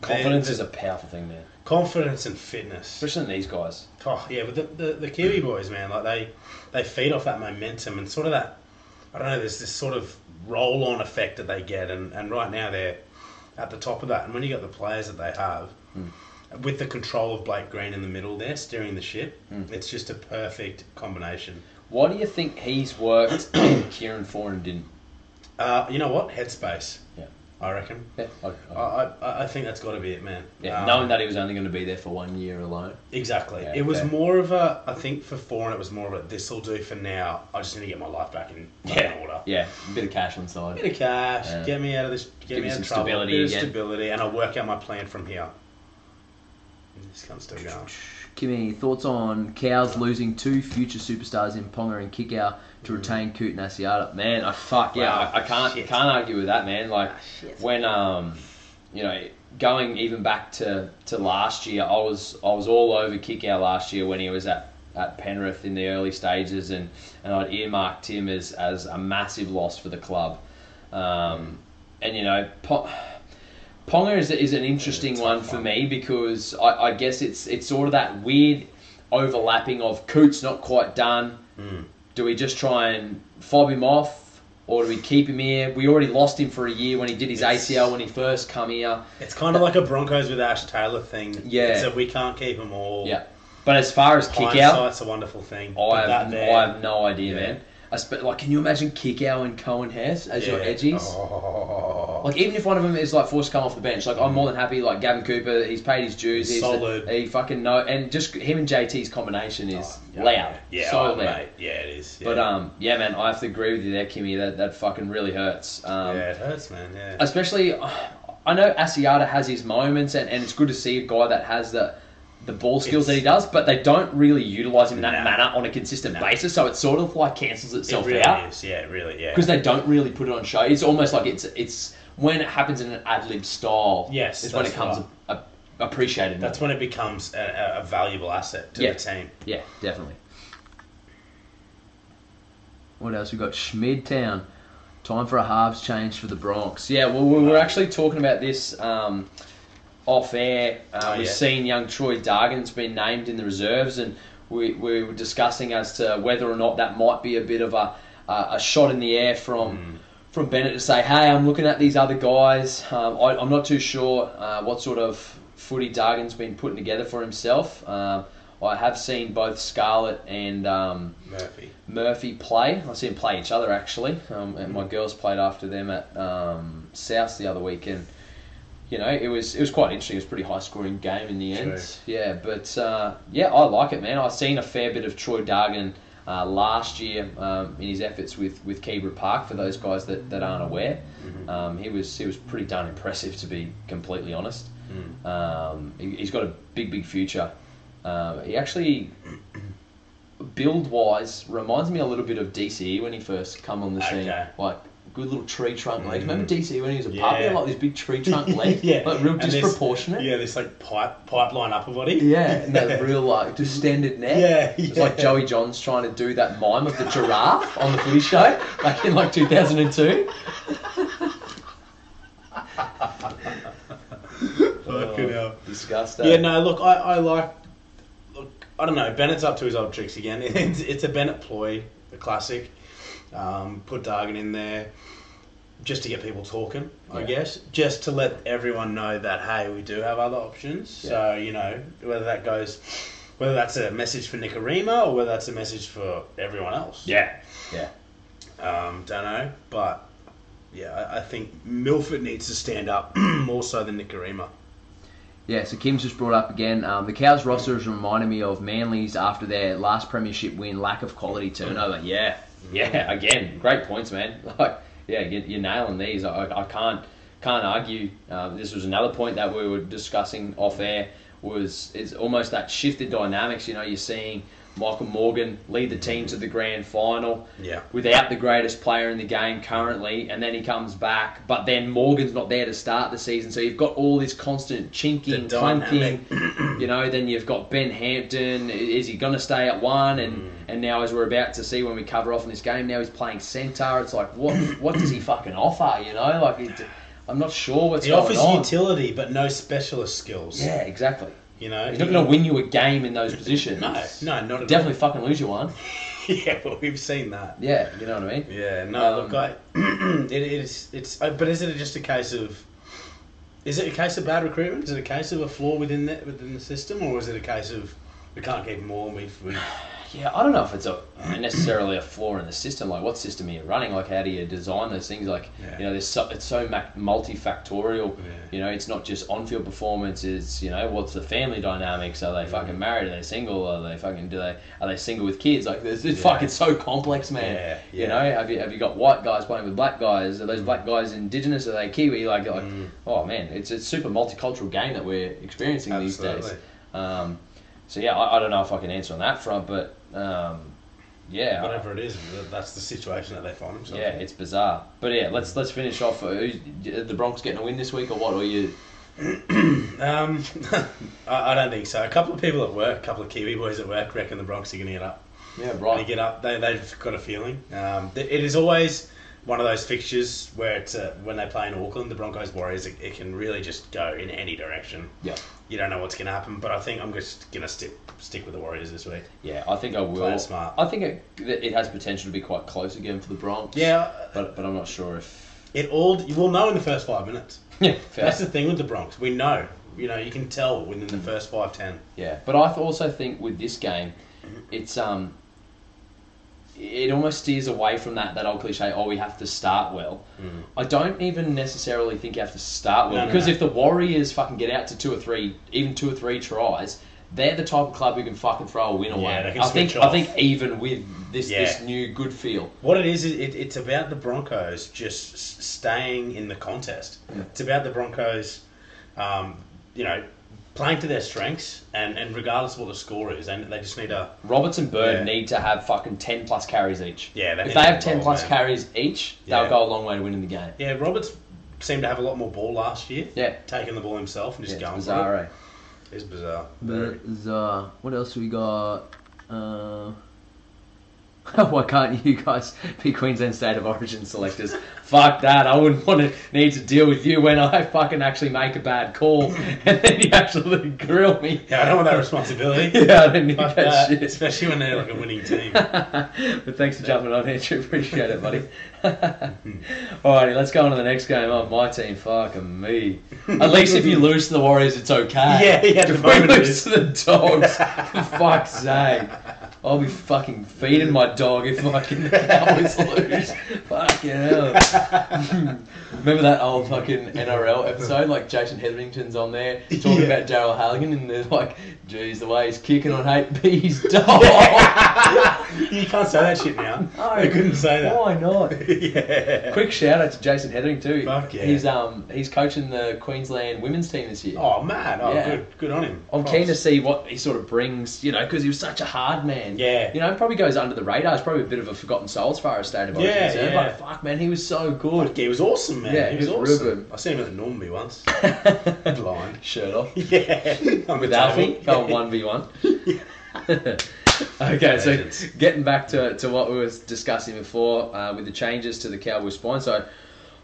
Confidence
they're-
is a powerful thing, man.
confidence and fitness.
Especially in these guys.
Oh yeah, but the, the, the Kiwi boys, man, like they they feed off that momentum and sort of that. I don't know. There's this sort of roll on effect that they get, and, and right now they're at the top of that. And when you got the players that they have, with the control of Blake Green in the middle there, steering the ship, it's just a perfect combination.
Why do you think he's worked and Kieran Foran didn't?
Uh, you know what? Headspace.
Yeah.
I reckon.
Yeah, I, I-
I, I, I think that's got to be it, man.
Yeah,
Um,
knowing that he was only going to be there for one year alone.
Exactly.
Yeah,
it was
fair.
more of a, I think for foreign, it was more of a, this will do for now. I just need to get my life back in, back in order.
Yeah, a bit of cash on the side.
Bit of cash,
Yeah.
get me out of this, get
Give
me
me
out
some
of trouble.
stability
bit of
again.
stability, and I'll work out my plan from here. And This cunt's still going.
Kimmy, thoughts on cows losing two future superstars in Ponga and Kickout to retain Coot and Asiata?
Man, I fuck yeah,
Mm. Wow,
I, I can't
shit. Ah,
can't argue with that, man. Like
shit.
when um, you know, going even back to, to last year, I was I was all over kick out last year when he was at, at Penrith in the early stages, and, and I'd earmarked him as as a massive loss for the club. Um, and you know, po- Ponga is, is an interesting
It's a tough
one for
one.
me because I, I guess it's it's sort of that weird overlapping of Coots not quite done.
Hmm.
Do we just try and fob him off, or do we keep him here? We already lost him for a year when he did his
It's-
ACL when he first come here.
It's kind of like a Broncos with Ash Taylor thing.
Yeah.
So we can't keep them all.
Yeah, but as far as kick out,
Hindsight's a wonderful thing. but
I have,
there-
I have no idea,
Yeah.
man. I spe- like, can you imagine kick out and Cohen Hess as your
yeah.
edgies?
Oh.
Like even if one of them is like forced to come off the bench, like I'm more than happy. Like Gavin Cooper, he's paid his dues. He's
Solid.
The, he fucking know, and just him and JT's combination is
Yeah,
loud.
Yeah,
so
oh,
loud.
mate. Yeah, it is. Yeah.
But um, yeah, man, I have to agree with you there, Kimmy. That that fucking really hurts. Um,
yeah, it hurts, man. Yeah.
especially I know Asiata has his moments, and, and it's good to see a guy that has the the ball skills that he does, but they don't really utilize him in that
Nah.
manner on a consistent
Nah.
basis. So it sort of like cancels
it
itself
really
out
is. Yeah, it really. Yeah.
because they don't really put it on show. It's almost like it's it's when it happens in an ad lib style.
Yes,
is when it
that's
comes a, a, appreciated.
That's
more.
when it becomes a, a- a valuable asset to
Yeah.
the team.
yeah, definitely.
What else? We've got Schmidtown. Time for a halves change for the Bronx.
Yeah, well, we were actually talking about this um, off air. Uh,
Oh,
we've
yeah.
seen young Troy Dargan's been named in the reserves, and we, we were discussing as to whether or not that might be a bit of a, a, a shot in the air from.
Hmm.
From Bennett to say, "Hey, I'm looking at these other guys. Um, I, I'm not too sure uh, what sort of footy Dargan's been putting together for himself. Um I have seen both Scarlett and um,
Murphy.
Murphy play. I see them play each other actually. Um, and my girls played after them at um, South the other weekend. You know, it was it was quite interesting. It was a pretty high scoring game in the end.
True.
Yeah, but uh, yeah, I like it, man. I've seen a fair bit of Troy Dargan uh, last year um, in his efforts with with Keebra Park. For those guys that, that aren't aware, um, he was he was pretty darn impressive to be completely honest. Um, he, he's got a big big future. Um, he actually build wise, reminds me a little bit of DCE when he first come on the scene.
Okay.
Like good little tree trunk legs.
Mhm.
Remember DCE when he was a
Yeah.
puppy, had, like this big tree trunk leg,
yeah,
like real
And this-
disproportionate.
yeah, this like pipe pipeline upper body.
Yeah, and that real like distended neck.
Yeah,
It's
yeah.
like Joey Johns trying to do that mime of the giraffe on the footy show back in like 2002.
Fucking hell.
Disgusting.
Yeah, no, look, I, I like. Look, I don't know. Bennett's up to his old tricks again. It's, it's a Bennett ploy, the classic. Um, put Dargan in there just to get people talking, I
Yeah.
guess. Just to let everyone know that, hey, we do have other options. So, you know, whether that goes. Whether that's a message for Nicarima or whether that's a message for everyone else.
Yeah. Yeah.
Um, don't know. But, yeah, I, I think Milford needs to stand up more so than Nicarima.
Yeah, so Kim's just brought up again. Um, the Cows roster has reminded me of Manly's after their last Premiership win, lack of quality turnover.
Another, yeah. Yeah, again, great points, man. Like, yeah, you- you're nailing these. I, I can't can't argue. Um, this was another point that we were discussing off air. Was it's almost that shifted dynamics. You know, you're seeing Michael Morgan lead the team to the grand final.
Yeah.
without the greatest player in the game currently, and then he comes back. But then Morgan's not there to start the season, so you've got all this constant chinking,
The dynamic.
clunking. you know, then you've got Ben Hampton. I- Is he going to stay at one? And
Mm.
and now, as we're about to see when we cover off in this game, now he's playing centre. It's like what what does he fucking offer? You know, like it, I'm not sure what's
He
going
offers
on.
utility, but no specialist skills.
yeah, exactly.
You know,
He's not going to win you a game in those positions.
No, no, not at
Definitely fucking lose you one.
all. Yeah, well, we've seen that.
Yeah, you know what I mean.
Yeah, no,
Um,
look, I, it, it's, it's, uh, but is it just a case of, is it a case of bad recruitment? Is it a case of a flaw within the, within the system, or is it a case of we can't keep them warm? We've, we
Yeah, I don't know if it's a necessarily a flaw in the system. Like, what system are you running? Like, how do you design those things? Like,
Yeah.
you know, there's so, it's so mac- multifactorial.
Yeah.
You know, it's not just on-field performance. It's you know, what's the family dynamics? Are they
Mm.
fucking married? Are they single? Are they fucking do they are they single with kids? Like, there's, it's
Yeah.
fucking so complex, man.
Yeah,
You
yeah. Mm.
know, have you have you got white guys playing with black guys? Are those black guys indigenous? Are they Kiwi? Like, like oh man, it's a super multicultural game that we're experiencing these days.
Absolutely.
Um, so yeah, I, I don't know if I can answer on that front, but um, yeah,
whatever it is, that- that's the situation that they find themselves.
yeah, it's bizarre. But yeah, let's let's finish off. uh, who's- Are the Bronx getting a win this week or what? Or you?
Um, I, I don't think so. A couple of people at work, a couple of Kiwi boys at work, reckon the Bronx are going to get up.
Yeah,
They
right.
get up. They they've got a feeling. Um, th- it is always one of those fixtures where it's uh, when they play in Auckland, the Broncos Warriors. It, it can really just go in any direction.
Yeah,
You don't know what's going to happen, but I think I'm just going to stick stick with the Warriors this week.
yeah. I think I will.
Playing smart.
I think it, that it has potential to be quite close again for the Bronx.
Yeah,
but but I'm not sure if.
it all you will know in the first five minutes.
Yeah, fair.
That's the thing with the Bronx. We know. You know, you can tell within the first five ten.
Yeah, but I th- also think with this game, it's um, it almost steers away from that that old cliche. Oh, we have to start well. I don't even necessarily think you have to start well
Hmm. No, no,
because
no.
if the Warriors fucking get out to two or three, even two or three tries. They're the type of club who can fucking throw a win away.
they can
I think
switch off.
I think even with this
Yeah.
this new good feel.
What it is, is it, it's about the Broncos just s- staying in the contest. It's about the Broncos, um, you know, playing to their strengths, and, and regardless of what the score is, and they just need a
Roberts and Bird
Yeah.
need to have fucking ten plus carries each.
Yeah, they
if
need
they
to
have ten
roll,
plus
man.
carries each,
Yeah.
they'll go a long way to winning the game.
yeah. Roberts seemed to have a lot more ball last year.
Yeah.
taking the ball himself and
Yeah,
just
it's
going
bizarre,
for
eh?
it. It's bizarre.
But uh, what else we got? Uh, why can't you guys be Queensland State of Origin selectors?
Fuck that. I wouldn't want to need to deal with you when I fucking actually make a bad call and then you actually grill me.
Yeah, I don't want that responsibility.
Yeah, I didn't need
Fuck
that,
that,
shit.
especially when they're like a winning team.
but thanks for jumping on, Andrew. Appreciate it, buddy. Alrighty, let's go on to the next game. Oh, my team. Fucking me. At least if you lose to the Warriors, it's okay.
Yeah, yeah, at
If
the
we
moment it
lose
is.
to the Dogs, for fuck's sake. I'll be fucking feeding my dog if fucking always lose. Fucking hell. Remember that old fucking NRL episode? Like Jason Hetherington's on there talking
Yeah.
about Daryl Halligan, and they're like, "Geez, the way he's kicking on hate B's dog."
you can't say that shit now. I couldn't say that.
Oh, Why not?
yeah.
Quick shout out to Jason Hetherington too.
Fuck yeah.
He's um he's coaching the Queensland women's team this year.
Oh man. Oh,
Yeah.
good. Good on him.
I'm
Props.
keen to see what he sort of brings, you know, because he was such a hard man. man.
Yeah.
You know, probably goes under the radar. He's probably a bit of a forgotten soul as far as state of origin
Yeah,
is concerned.
yeah.
But fuck, man, he was so good.
He was awesome, man.
Yeah,
he was
he was real
awesome.
good.
I seen him at the Normanby once. Blind.
Shirt off.
Yeah. I'm
with Alfie, going one v one. Okay,
Legends.
so getting back to, to what we were discussing before uh, with the changes to the Cowboys spine. So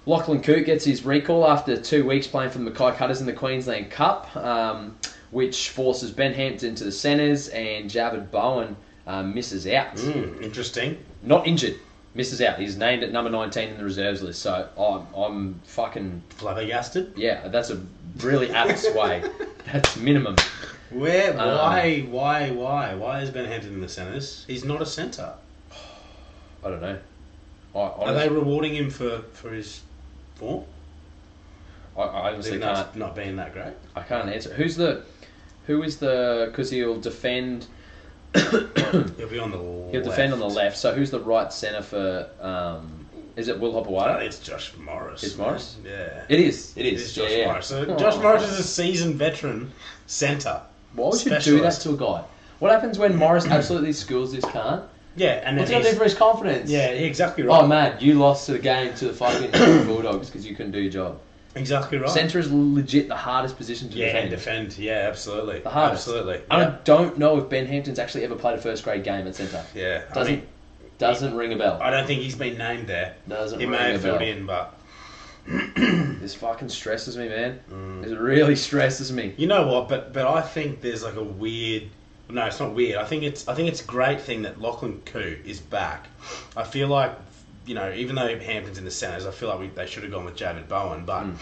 Lachlan Coote gets his recall after two weeks playing for the Mackay Cutters in the Queensland Cup, um, which forces Ben Hampton to the centres and Javid Bowen uh, misses out.
Mm, interesting.
Not injured, misses out. He's named at number 19 in the reserves list. So I'm, I'm fucking,
Flabbergasted.
yeah, that's a really apt way. That's minimum.
Where?
Um,
Why? Why? Why? Why is Ben Hampton in the centres? He's not a centre.
I don't know. I,
Are
honestly,
they rewarding him for for his form?
I, I honestly
Even
can't.
though it's not being that great.
I can't answer. Who's the, who is the? Because he'll defend. he'll
He'll be on the left.
defend on the left. So who's the right centre for? Um, is it Will
I don't think
Hopewada?
Uh, it's Josh Morris.
It's Morris?
Yeah.
It is. It
It
is.
is Josh
yeah, yeah.
Morris. So
Oh.
Josh Morris is a seasoned veteran centre.
Why would you do that
specialist.
to a guy? What happens when Morris absolutely schools this can't?
Yeah, and then
What's he gonna do
he's-
for his confidence?
yeah, exactly right.
Oh man, you lost to the game to the fucking Bulldogs because you couldn't do your job.
exactly right.
Centre is legit the hardest position to
Yeah,
defend.
and defend. Yeah, absolutely.
The hardest.
Absolutely.
I
Yeah.
don't know if Ben Hampton's actually ever played a first grade game at centre.
Yeah. I,
Doesn't
mean,
doesn't ring a bell.
I don't think he's been named there.
Doesn't
He
ring
may
a
have filled
bell.
in, but
This fucking stresses me, man.
Mm.
It really stresses me.
you know what? But but I think there's like a weird. No, it's not weird. I think it's I think it's a great thing that Lachlan Koo is back. I feel like you know even though Hampton's in the centres, I feel like we, they should have gone with Javid Bowen. But
Hmm.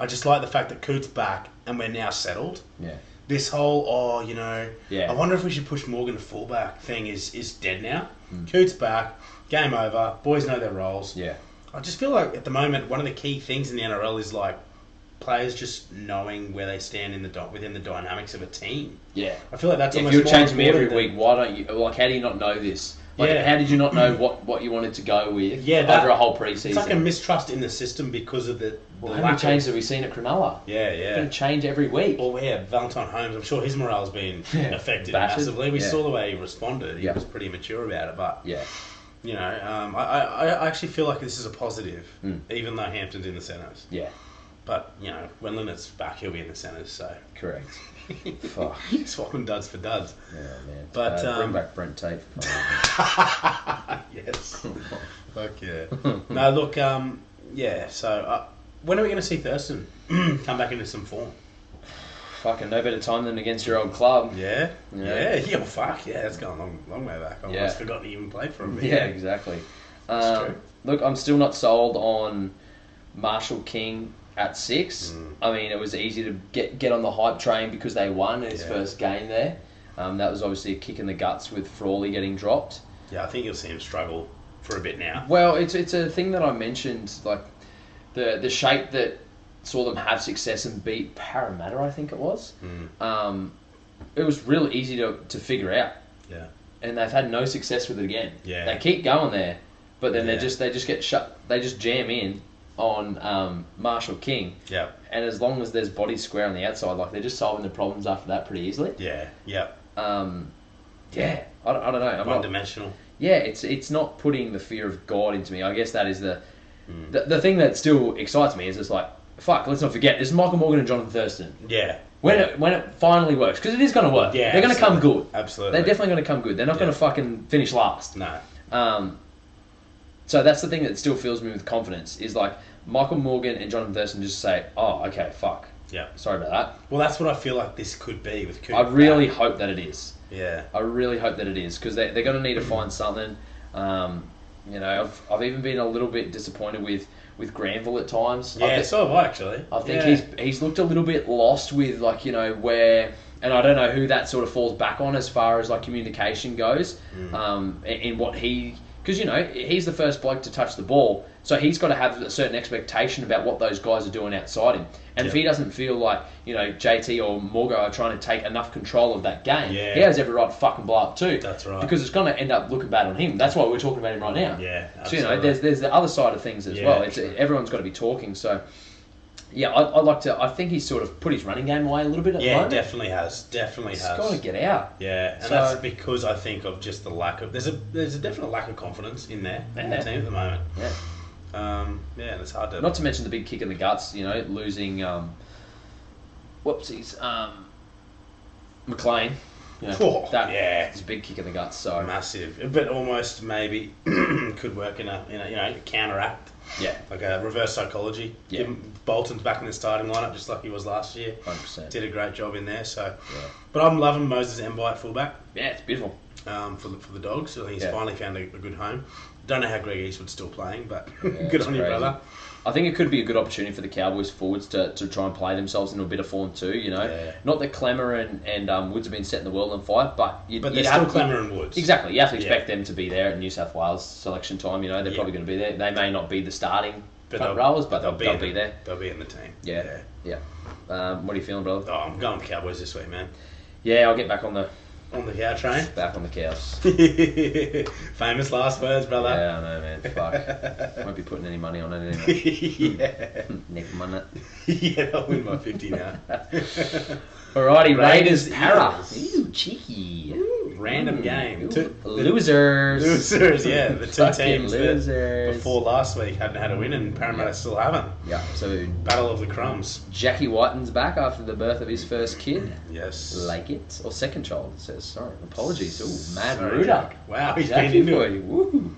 I just like the fact that Coote's back and we're now settled.
Yeah.
this whole oh you know
Yeah.
I wonder if we should push Morgan to fullback thing is is dead now. Coots back, game over. Boys know their roles.
Hmm. Yeah.
I just feel like at the moment one of the key things in the NRL is like players just knowing where they stand in the dy- within the dynamics of a team.
Yeah.
I feel like that's
If
almost
you're
more
changing me every
important
week,
than-
why don't you? Like, how do you not know this? Like,
Yeah.
how did you not know what, what you wanted to go with
Yeah, that-
over a whole preseason?
It's like a mistrust in the system because of the, the
how many
lack
changes
of,
have we seen at Cronulla?
yeah
It's
yeah.
going to change every week.
Well, yeah, Valentine Holmes. I'm sure his morale's been
Yeah.
affected
Battered.
massively. We
Yeah.
saw the way he responded. He
Yeah.
was pretty mature about it, but
Yeah.
You know, um, I, I, I actually feel like this is a positive,
Hmm.
even though Hampton's in the centres.
Yeah.
But, you know, when Leonard's back, he'll be in the centres, so
Correct. Fuck.
swapping duds for duds.
Yeah, man.
But,
Uh,
um,
bring back Brent Tate. for fuck's
yes. Fuck yeah.
Hmm.
No, look, um, yeah, so uh, when are we going to see Thurston come back into some form?
Fucking no better time than against your old club.
Yeah?
Yeah.
Yeah, yeah, well, fuck, yeah, that's gone a long, long way back. I
Yeah.
almost forgot he even played for a bit.
Yeah, exactly.
That's
Um,
true.
look, I'm still not sold on Marshall King at six.
Mm.
I mean, it was easy to get get on the hype train because they won his
Yeah.
first game there. Um, that was obviously a kick in the guts with Frawley getting dropped.
Yeah, I think you'll see him struggle for a bit now.
Well, it's it's a thing that I mentioned, like the the shape that saw them have success and beat Parramatta, I think it was. Um, it was real easy to, to figure out
Yeah.
and they've had no success with it again.
Yeah.
They keep going there, but then they
Yeah.
just they just get shut. They just jam in on um, Marshall King,
Yeah.
and as long as there's bodies square on the outside, like they're just solving the problems after that pretty easily.
Yeah. Yeah.
Um, yeah, I don't, I don't know. I'm
One
not,
dimensional.
yeah, it's it's not putting the fear of God into me. I guess that is the
Hmm.
the, the thing that still excites me is it's like. Fuck, let's not forget, it's Michael Morgan and Jonathan Thurston.
Yeah.
When it, when it finally works, because it is going to work.
Yeah,
They're going to come
absolutely.
good.
Absolutely.
They're definitely going to come good. They're not going
Yeah.
to fucking finish last.
No.
Um, so that's the thing that still fills me with confidence is like Michael Morgan and Jonathan Thurston just say, "Oh, okay, fuck,
Yeah.
sorry about
Well, that's what I feel like this could be with
that."
Cooper.
I really hope that it is.
Yeah.
I really hope that it is because they, they're going to need to
Mm.
find something. Um, you know, I've, I've even been a little bit disappointed with with Granville at times.
Yeah,
I, thi-
so have I actually.
I think
Yeah.
he's he's looked a little bit lost with like you know where. And I don't know who that sort of falls back on as far as like communication goes,
Mm.
um, in- in what he because you know he's the first bloke to touch the ball, so he's got to have a certain expectation about what those guys are doing outside him. And if
Yeah.
he doesn't feel like you know JT or Morgo are trying to take enough control of that game,
Yeah.
he has every right to fucking blow up too.
That's right.
Because it's going to end up looking bad on him. That's why we're talking about him right now.
Yeah,
So you know
absolutely.
there's there's the other side of things as
Yeah,
well. It's
true.
everyone's got to be talking. So yeah, I, I'd like to. I think he's sort of put his running game away a little bit at the
Yeah,
moment.
definitely has. Definitely
He's
has.
got to get out.
Yeah, and
So-
that's because I think of just the lack of there's a there's a definite lack of confidence in there in the
Yeah.
team at the moment.
Yeah.
Um, yeah, and it's hard to.
Not to mention the big kick in the guts, you know, losing. Um, whoopsies. Um, McLean. You know,
Oh,
that
yeah,
is a big kick in the guts. So
massive, but almost maybe could work in a, in a you know counteract
yeah,
like a reverse psychology.
Yeah.
Give him- Bolton's back in the starting lineup just like he was last year.
hundred percent.
Did a great job in there. So,
Yeah.
but I'm loving Moses Mbite fullback
Yeah, it's beautiful.
um, for the, for the dogs. I think he's
Yeah.
finally found a, a good home. Don't know how Greg Eastwood's still playing, but good
it's
on you,
crazy.
brother.
I think it could be a good opportunity for the Cowboys forwards to, to try and play themselves into a bit of form too. You know,
Yeah.
not that Clemmer and, and um, Woods have been setting the world on fire, but you'd,
But
you'd
they're still
have to-
Clemmer and Woods.
Exactly, you have to
Yeah.
expect them to be there at New South Wales selection time. You know, they're
Yeah.
probably going to be there. They may not be the starting
But
front
they'll-
rowers, but they'll, they'll,
in
be
the-
there.
They'll be in the team.
Yeah, yeah. Um, what are you feeling, brother?
Oh, I'm going Cowboys this week, man.
Yeah, I'll get back on the
On the cow train.
back on the cows.
Famous last words, brother.
Yeah, I know, man. Fuck. Won't be putting any money on it anyway.
Yeah.
Nick money.
yeah, I'll win my 50 now.
Alrighty, Raiders.
Raiders,
Para.
Eels.
Ew, cheeky.
Random game. Two,
losers.
losers, yeah. The two
Fucking
teams that
losers.
before last week hadn't had a win and Parramatta still haven't.
Yeah. So
Battle of the Crumbs.
Jackie Whiten's back after the birth of his first kid.
Yes.
Like it or second child? It says. Sorry. Apologies. Ooh, Mad
Sorry,
Rudock.
Jack. Wow, he's been
Jackie
into
for
it.
you. Woo.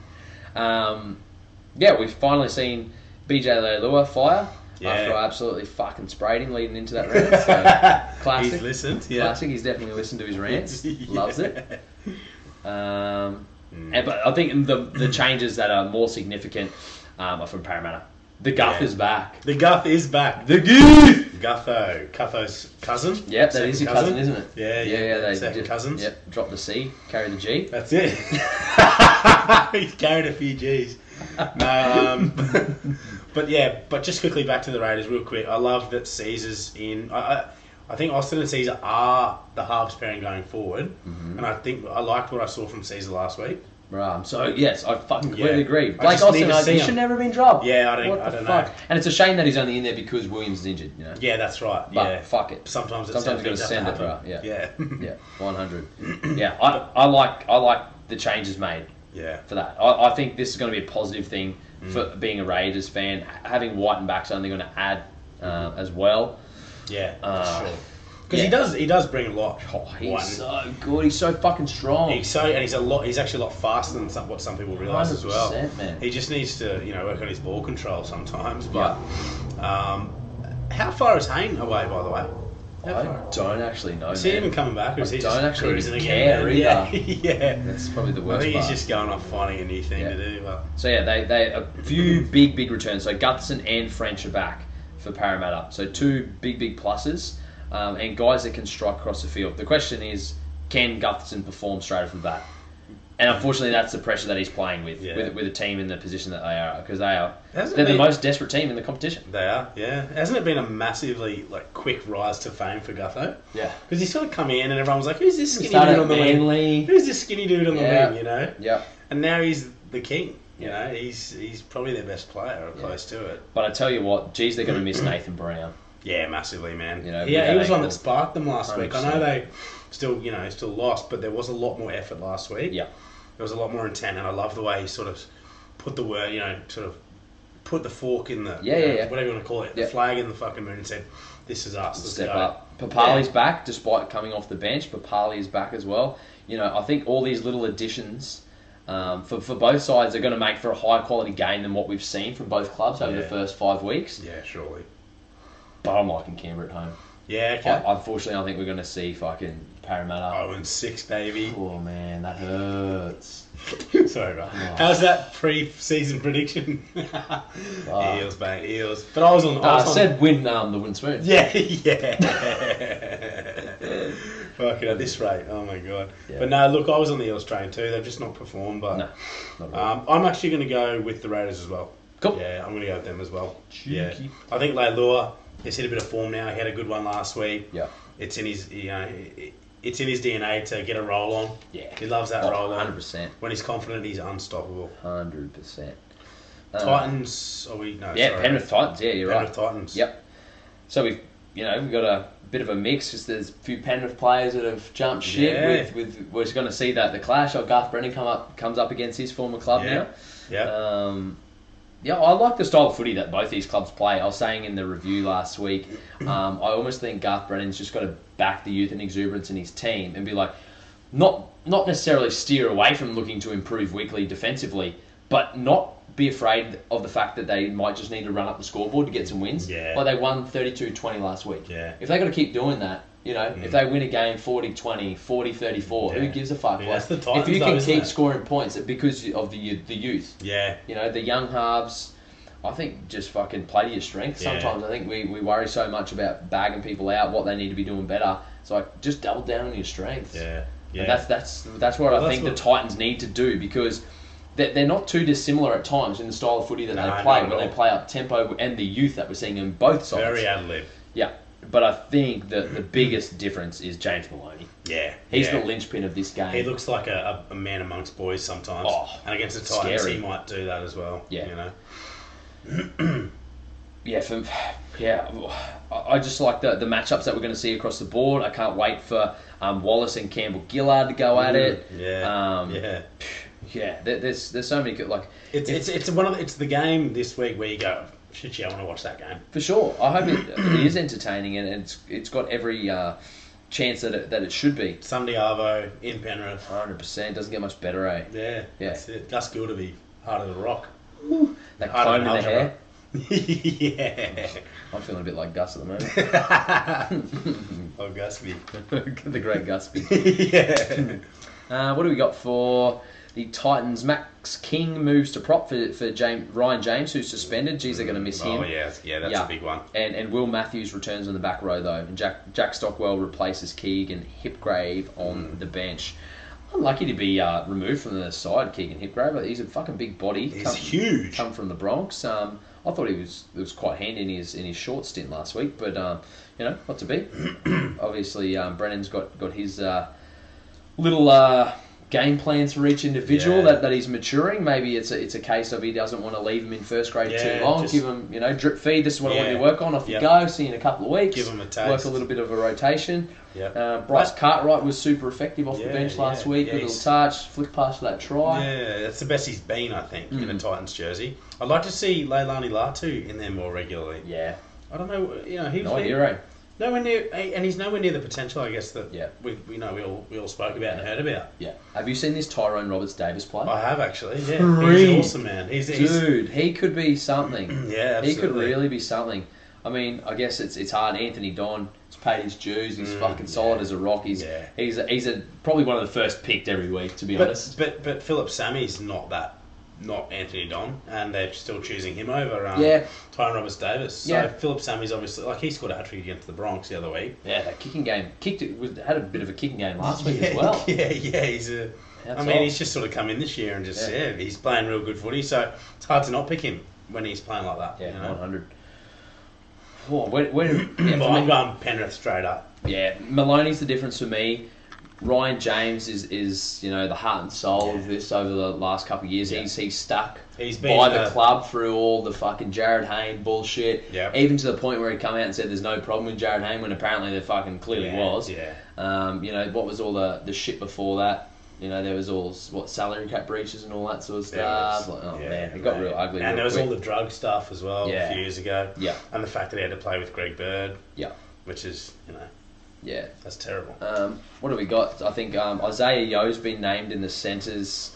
Um, yeah, we've finally seen BJ Leilua fire
Yeah.
after I absolutely fucking sprayed him leading into that round. So, classic.
He's listened, yeah.
Classic. He's definitely listened to his rants. Loves it. Um,
Mm.
and, but I think the the changes that are more significant um, are from Parramatta. The Guff
Yeah.
is back.
The Guff is back.
The Guff.
Gutho, Cutho's cousin.
Yep, that
Second
is your cousin, isn't it?
Yeah,
yeah, yeah. they
second
did-
cousins.
Yep, drop the C, carry the G.
That's it. He's carried a few G's. No, um, but yeah, but just quickly back to the Raiders, real quick. I love that Caesar's in. I, I, I think Austin and Caesar are the halves pairing going forward,
Mm-hmm.
and I think I liked what I saw from Caesar last week.
Right, I'm so yes, I fucking completely
Yeah.
agree.
I
Blake
just need
Austin,
to
I,
see
he
him.
should never have been dropped.
Yeah, I don't-
What
I
the
don't
fuck?
know.
And it's a shame that he's only in there because Williams is injured. You know.
Yeah, that's right.
But
yeah,
fuck it.
Sometimes it's
Sometimes you gotta
things
send
have
it,
to happen.
right,
Yeah.
Yeah, 100. yeah, I, I like I like the changes made
yeah.
for that. I, I think this is going to be a positive thing
Mm.
for being a Raiders fan. Having White and back's only going to add uh, as well.
Yeah.
Uh,
for sure. Because
yeah.
he does, he does bring a lot.
Oh, he's
One.
so good. He's so fucking strong.
He's so, and he's a lot. He's actually a lot faster than some, what some people realize as well.
100%, man.
He just needs to, you know, work on his ball control sometimes. But um, how far is Hayne away, by the way? How
I
far?
don't actually know.
Is he
man.
even coming back, or is
I
he
don't
just
actually
cruising
care
again? man?
either.
Yeah, yeah.
That's probably the
I
worst
think he's
part.
just going off finding a new thing
Yeah.
to do. But
So yeah, they they a few big big returns. So Gutherson and French are back for Parramatta. So two big big pluses, um, and guys that can strike across the field. The question is, can Gutherson perform straight off the bat? And unfortunately, that's the pressure that he's playing with
Yeah.
with, with a team in the position that they are because they are
Hasn't
they're the
been-
most desperate team in the competition.
they are, yeah. Hasn't it been a massively like quick rise to fame for Gutho?
Yeah.
Because he's sort of come in, and everyone was like, "Who's this
He
skinny
started
dude on
at
the wing?
Manly.
Who's this skinny dude on the
Yeah.
wing?" You know.
Yep.
And now he's the king. You know, he's he's probably their best player or close to it.
But I tell you what, geez, they're going to miss Nathan Brown.
Yeah, massively, man.
You know, with
yeah, he
that
was one
ankle.
that sparked them last week. I
100%.
know they still, you know, still lost, but there was a lot more effort last week.
Yeah.
there was a lot more intent, and I love the way he sort of put the word, you know, sort of put the fork in the
Yeah,
you
yeah,
know,
yeah.
whatever you want to call it,
Yeah.
the flag in the fucking moon, and said, "This is us. Let's
step
go."
up. Papali's back despite coming off the bench. Papali is back as well. You know, I think all these little additions um, for, for both sides are going to make for a higher quality game than what we've seen from both clubs over the
Yeah.
first five weeks.
Yeah, surely.
But I'm liking Canberra at home.
Yeah, okay.
I, unfortunately, I think we're going to see fucking Parramatta.
Oh, and six, baby.
Oh man, that hurts.
Sorry, bro. How's that pre-season prediction? eels, mate, eels. But I was on. I
Uh,
was on
said win um, the win spoon.
Oh, Yeah, yeah. Fucking at this rate, oh my god.
Yeah.
But no, look, I was on the Eels train too. They've just not performed, but
No, not really.
um, I'm actually going to go with the Raiders as well.
Cool.
Yeah, I'm going to go with them as well.
Cheeky.
Yeah, I think Leilua has hit a bit of form now. He had a good one last week.
Yeah.
It's in his, you know, it- it's in his DNA to get a roll on.
Yeah.
He loves that
Oh,
roll on.
100%.
When he's confident, he's unstoppable.
Hundred percent.
Titans, are we? No,
Yeah,
sorry.
Penrith Titans. Uh, Yeah, you're
Penrith
right.
Titans.
Yep. So we've you know we've got a bit of a mix because there's a few Penrith players that have jumped ship.
Yeah.
With, with we're just going to see that the clash. Oh, Garth Brennan come up comes up against his former club
Yeah.
now.
Yeah.
Um, yeah, I like the style of footy that both these clubs play. I was saying in the review last week, um, I almost think Garth Brennan's just got to back the youth and exuberance in his team and be like, not not necessarily steer away from looking to improve weekly defensively, but not be afraid of the fact that they might just need to run up the scoreboard to get some wins.
Yeah.
Like they won 32-20 last week.
Yeah. Mm.
If they got to keep doing that, you know, if they win a game 40-20, 40-34, who
Yeah.
gives a fuck?
Yeah, that's the
if
Titans
you
though,
can
isn't
keep
it?
scoring points because of the youth- the youth,
Yeah.
you know, the young halves, I think just fucking play to your strength.
Yeah.
Sometimes I think we, we worry so much about bagging people out, what they need to be doing better. It's like just double down on your strengths.
Yeah. Yeah.
And that's that's that's what I
that's
think
what-
the Titans need to do because they're, they're not too dissimilar at times in the style of footy that
No,
they play
not at
when they
all.
play up tempo and the youth that we're seeing on both sides.
Very ad lib.
yeah. But I think that the biggest difference is James Maloney.
Yeah.
He's
yeah.
the linchpin of this game.
He looks like a, a, a man amongst boys sometimes.
Oh,
and against the Titans,
scary.
he might do that as well.
Yeah.
You know?
yeah, for, yeah, I I just like the the matchups that we're going to see across the board. I can't wait for um, Wallace and Campbell Gillard to go at it.
Mm, Yeah.
um,
yeah.
yeah. There, there's there's so many good like
It's, it's, it's one of the, it's the game this week where you go, shit, yeah, I want to watch that game.
for sure. I hope it, it is entertaining and it's it's got every uh, chance that it, that it should be.
Sunday Arvo in Penrith.
100 percent doesn't get much better, eh?
Yeah.
Yeah.
That's it. Gus Gilderby, Heart of the Rock.
That
Harder
comb in
than
the
algebra.
hair.
yeah.
I'm feeling a bit like Gus at the moment.
Oh, Gusby.
the great Gusby.
yeah.
Uh, what do we got for the Titans? Max King moves to prop for, for James, Ryan James, who's suspended. Geez, they're going to miss him.
Oh, yeah. Yeah, that's
Yeah.
a big one.
And, and Will Matthews returns on the back row, though. And Jack, Jack Stockwell replaces Keegan Hipgrave on
Hmm.
the bench. Unlucky to be uh, removed from the side, Keegan Hipgrave. He's a fucking big body.
He's
Come-
huge.
come from the Bronx. Um, I thought he was it was quite handy in his in his short stint last week, but um, you know what to be. Obviously, um, Brennan's got got his uh, little uh, game plans for each individual
Yeah.
that, that he's maturing. Maybe it's a, it's a case of he doesn't want to leave him in first grade
Yeah,
too long.
just-
give him you know drip feed. This is what I want you to
Yeah.
work on. Off
Yep.
you go. See you in a couple of weeks.
Give him a
Work
taste.
a little bit of a rotation.
Yep.
Uh, Bryce Cartwright was super effective off the
Yeah,
bench last
yeah,
week.
yeah,
Good little
he's-
touch, flick past that try.
Yeah, that's the best he's been, I think, in a
Mhm.
Titans jersey. I'd like to see Leilani Latu in there more regularly.
Yeah,
I don't know, you know, he was
no
near-
idea, eh?
nowhere near, eh, and he's nowhere near the potential, I guess, that
Yeah.
we, we know we all, we all spoke about and heard about.
Yeah. Have you seen this Tyrone Roberts Davis play?
I have actually, yeah.
Freak.
He's awesome, man. He's, he's
Dude, he could be something.
yeah, absolutely.
he could really be something. I mean, I guess it's it's hard. Anthony Don has paid his dues. He's
Mm,
fucking solid as a rock. He's
Yeah.
he's a, he's a, probably one of the first picked every week, to be
But
honest.
but but Philip Sammy's not that, not Anthony Don, and they're still choosing him over. Um,
Yeah.
Tyron Roberts Davis. So
Yeah.
Philip Sammy's obviously like he scored a hat trick against the Bronx the other week.
Yeah, that kicking game kicked it was, had a bit of a kicking game last week
yeah,
as well.
Yeah, yeah, he's a. I
That's
mean,
all.
he's just sort of come in this year and just
Yeah.
yeah. he's playing real good footy. So it's hard to not pick him when he's playing like that.
Yeah,
you
one
know?
hundred. Oh, where, where, yeah,
But
for me-
I'm going Penrith straight up.
Yeah, Maloney's the difference for me. Ryan James is, is you know the heart and soul of
Yeah.
this over the last couple of years.
Yeah.
He's he's stuck
He's been,
by the
uh,
club through all the fucking Jared Hayne bullshit.
Yeah.
Even to the point where he come out and said there's no problem with Jared Hayne when apparently there fucking clearly
yeah,
was.
Yeah.
Um, you know what was all the the shit before that. You know there was all s- what salary cap breaches and all that sort of
There
stuff. Like,
was-
oh
yeah,
man, it got
right.
real ugly.
And
real
there was
quick.
all the drug stuff as well
Yeah.
a few years ago.
yeah,
And the fact that he had to play with Greg Bird,
yeah,
which is, you know,
yeah.
that's terrible.
Um, what have we got? I think um, Isaiah Yo's been named in the centres.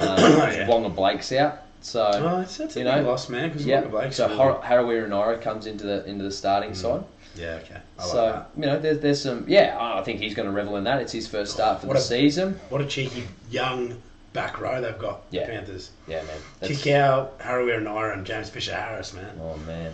Um,
Yeah.
Wonga Blake's out, so
Oh, it's, that's a
you
big
know,
loss, man. Because
yeah. So Har- Harawira Nora comes into the into the starting side.
yeah, okay. Mm, I like
so
that.
you know, there's there's some yeah. I I think he's going to revel in that. It's his first start for
What
the
a-
season.
What a cheeky young back row they've got.
Yeah.
The Panthers.
Yeah, man. That's,
Kikau, Harawira Naira, and James Fisher Harris, man.
oh man,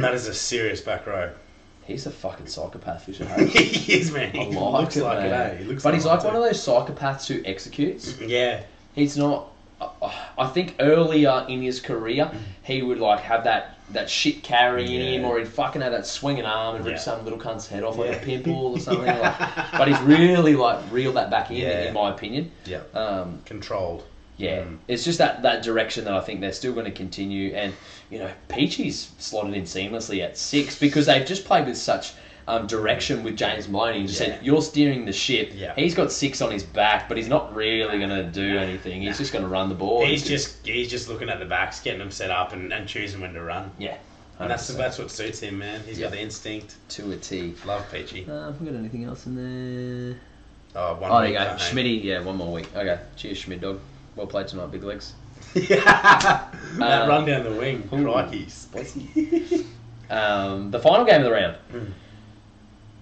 that is a serious back row.
he's a fucking psychopath, Fisher Harris.
he is, man. He
I
looks
it,
like
man.
it, eh? He looks
but he's like one of those psychopaths who executes.
those. Yeah.
he's not. I- I think earlier in his career, he would like have that that shit carry in him,
Yeah.
or he'd fucking have that swinging arm and rip
Yeah.
some little cunt's head off like a
Yeah.
pimple or something. Like, but he's really like reeled that back in,
Yeah.
in my opinion.
Yeah.
Um,
Uh, Controlled.
yeah, it's just that, that direction that I think they're still going to continue. And, you know, Peachy's slotted in seamlessly at six because they've just played with such um, direction with James Maloney. Just
Yeah.
said, you're steering the ship.
Yeah.
He's got six on his back, but he's not really going to do anything. He's just going to run the ball.
He's
It's
just he's just looking at the backs, getting them set up, and, and choosing when to run.
Yeah.
And that's
100%.
that's what suits him, man. He's
Yeah.
got the instinct.
to a T.
Love Peachy.
Uh, have we got anything else in there?
Oh, one
Oh, there
week,
you go.
don't they?
Schmitty, yeah, one more week. Okay, cheers, Schmidt dog. Well played tonight, big legs.
that
Um,
run down the wing.
ooh.
Crikey's.
Um, the final game of the round.
Mm.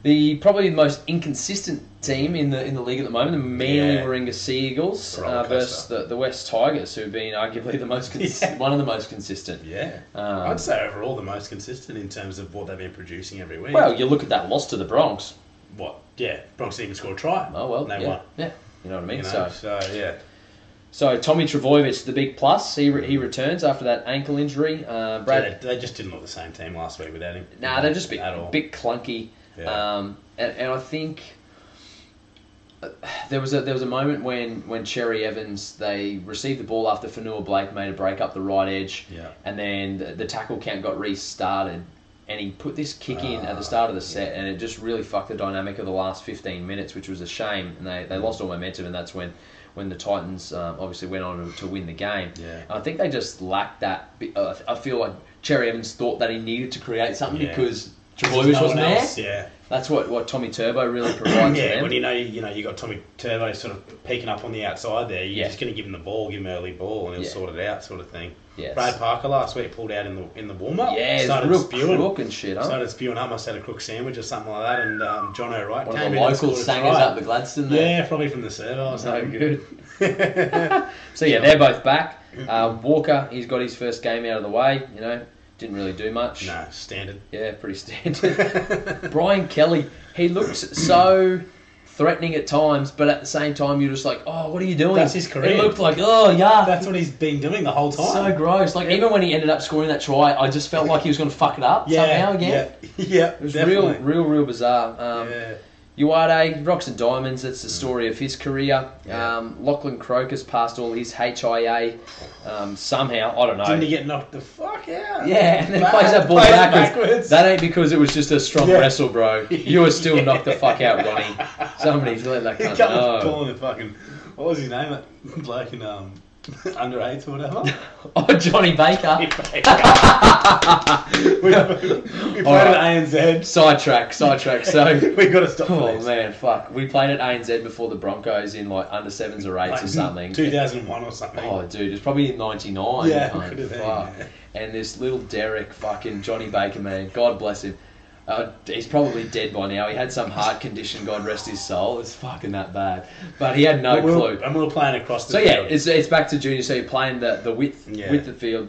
The probably the most inconsistent team in the in the league at the moment, the Manly
Yeah.
Warringah Seagulls
Roller
uh, versus
coaster.
the, the West Tigers, who've been arguably the most cons-
Yeah.
one of the most consistent.
Yeah.
Um,
I'd say overall the most consistent in terms of what they've been producing every week.
well, you look at that loss to the Bronx.
what? Yeah, Bronx didn't even score a try.
Oh well,
they
yeah,
won.
yeah, you know what I mean.
You know?
so,
so yeah,
so Tommy Travojevic, the big plus, he, re- he returns after that ankle injury. Uh, Brad,
So they, they just didn't look the same team last week without him.
Nah, they're just a bit,
at all.
bit clunky.
Yeah.
Um, and, and I think uh, there was a there was a moment when when Cherry Evans they received the ball after Fanua Blake made a break up the right edge,
Yeah.
and then the, the tackle count got restarted, and he put this kick in at
Ah,
the start of the set, and it just really fucked the dynamic of the last fifteen minutes, which was a shame, and they, they lost all momentum, and that's when. When the Titans um, obviously went on to win the game,
Yeah.
I think they just lacked that. bit- Uh, I feel like Cherry Evans thought that he needed to create something
Yeah.
because
There's
Travojevic
no
wasn't
one
there.
else, Yeah.
That's what, what Tommy Turbo really provides
Yeah,
for
when
them.
you know you know you got Tommy Turbo sort of peeking up on the outside there, you're
Yeah.
just going to give him the ball, give him early ball, and he'll
Yeah.
sort it out, sort of thing.
Yes.
Brad Parker last week pulled out in the in the warm up.
Yeah, he's a real crook and shit, huh?
Started spewing up. Must had a crook sandwich or something like that, and um, John O'Wright
One
came
of the
in and
local
scored a
singers
try.
up the Gladstone there.
Yeah, probably from the server or
So
something.
good. so yeah, they're both back. Uh, Walker, he's got his first game out of the way. You know, didn't really do much.
No, standard.
Yeah, pretty standard. Brian Kelly, he looks so threatening at times, but at the same time, you're just like, oh, what are you doing?
That's his career.
It looked like, oh yeah,
That's what he's been doing the whole time.
So gross. Like even when he ended up scoring that try, I just felt like he was going to fuck it up
yeah,
somehow again.
Yeah, yeah.
It was
definitely.
real, real, real bizarre. Um,
yeah. Mm.
Uwade, Rocks and Diamonds, that's the story of his career.
Yeah.
Um, Lachlan Crocus passed all his HIA um, somehow. I don't know.
Didn't he get knocked the fuck out?
yeah, and then
Bad.
plays that ball
Plays it
backwards.
backwards.
That ain't because it was just a strong
Yeah.
wrestle, bro. You were still knocked the fuck out, Ronnie. Somebody let that
He
cunt
comes
know.
calling the fucking what was his name? That bloke in um under eights or whatever.
Oh, Johnny Baker.
we, we played
Alright.
at ANZ.
Sidetrack, sidetrack. So
we got to stop.
Oh man, fuck! We played at ANZ before the Broncos in like under sevens or eights or something.
Two thousand one or something.
Oh, dude, it's probably in '99.
Yeah,
cunt,
could have been,
fuck.
yeah.
And this little Derek, fucking Johnny Baker, man, God bless him. Uh, he's probably dead by now. He had some heart condition. God rest his soul. It's fucking that bad. But he had no
But we were-
clue.
and we were playing across the
So yeah,
field.
it's, it's back to junior. So you're playing the the width
Yeah.
width of field,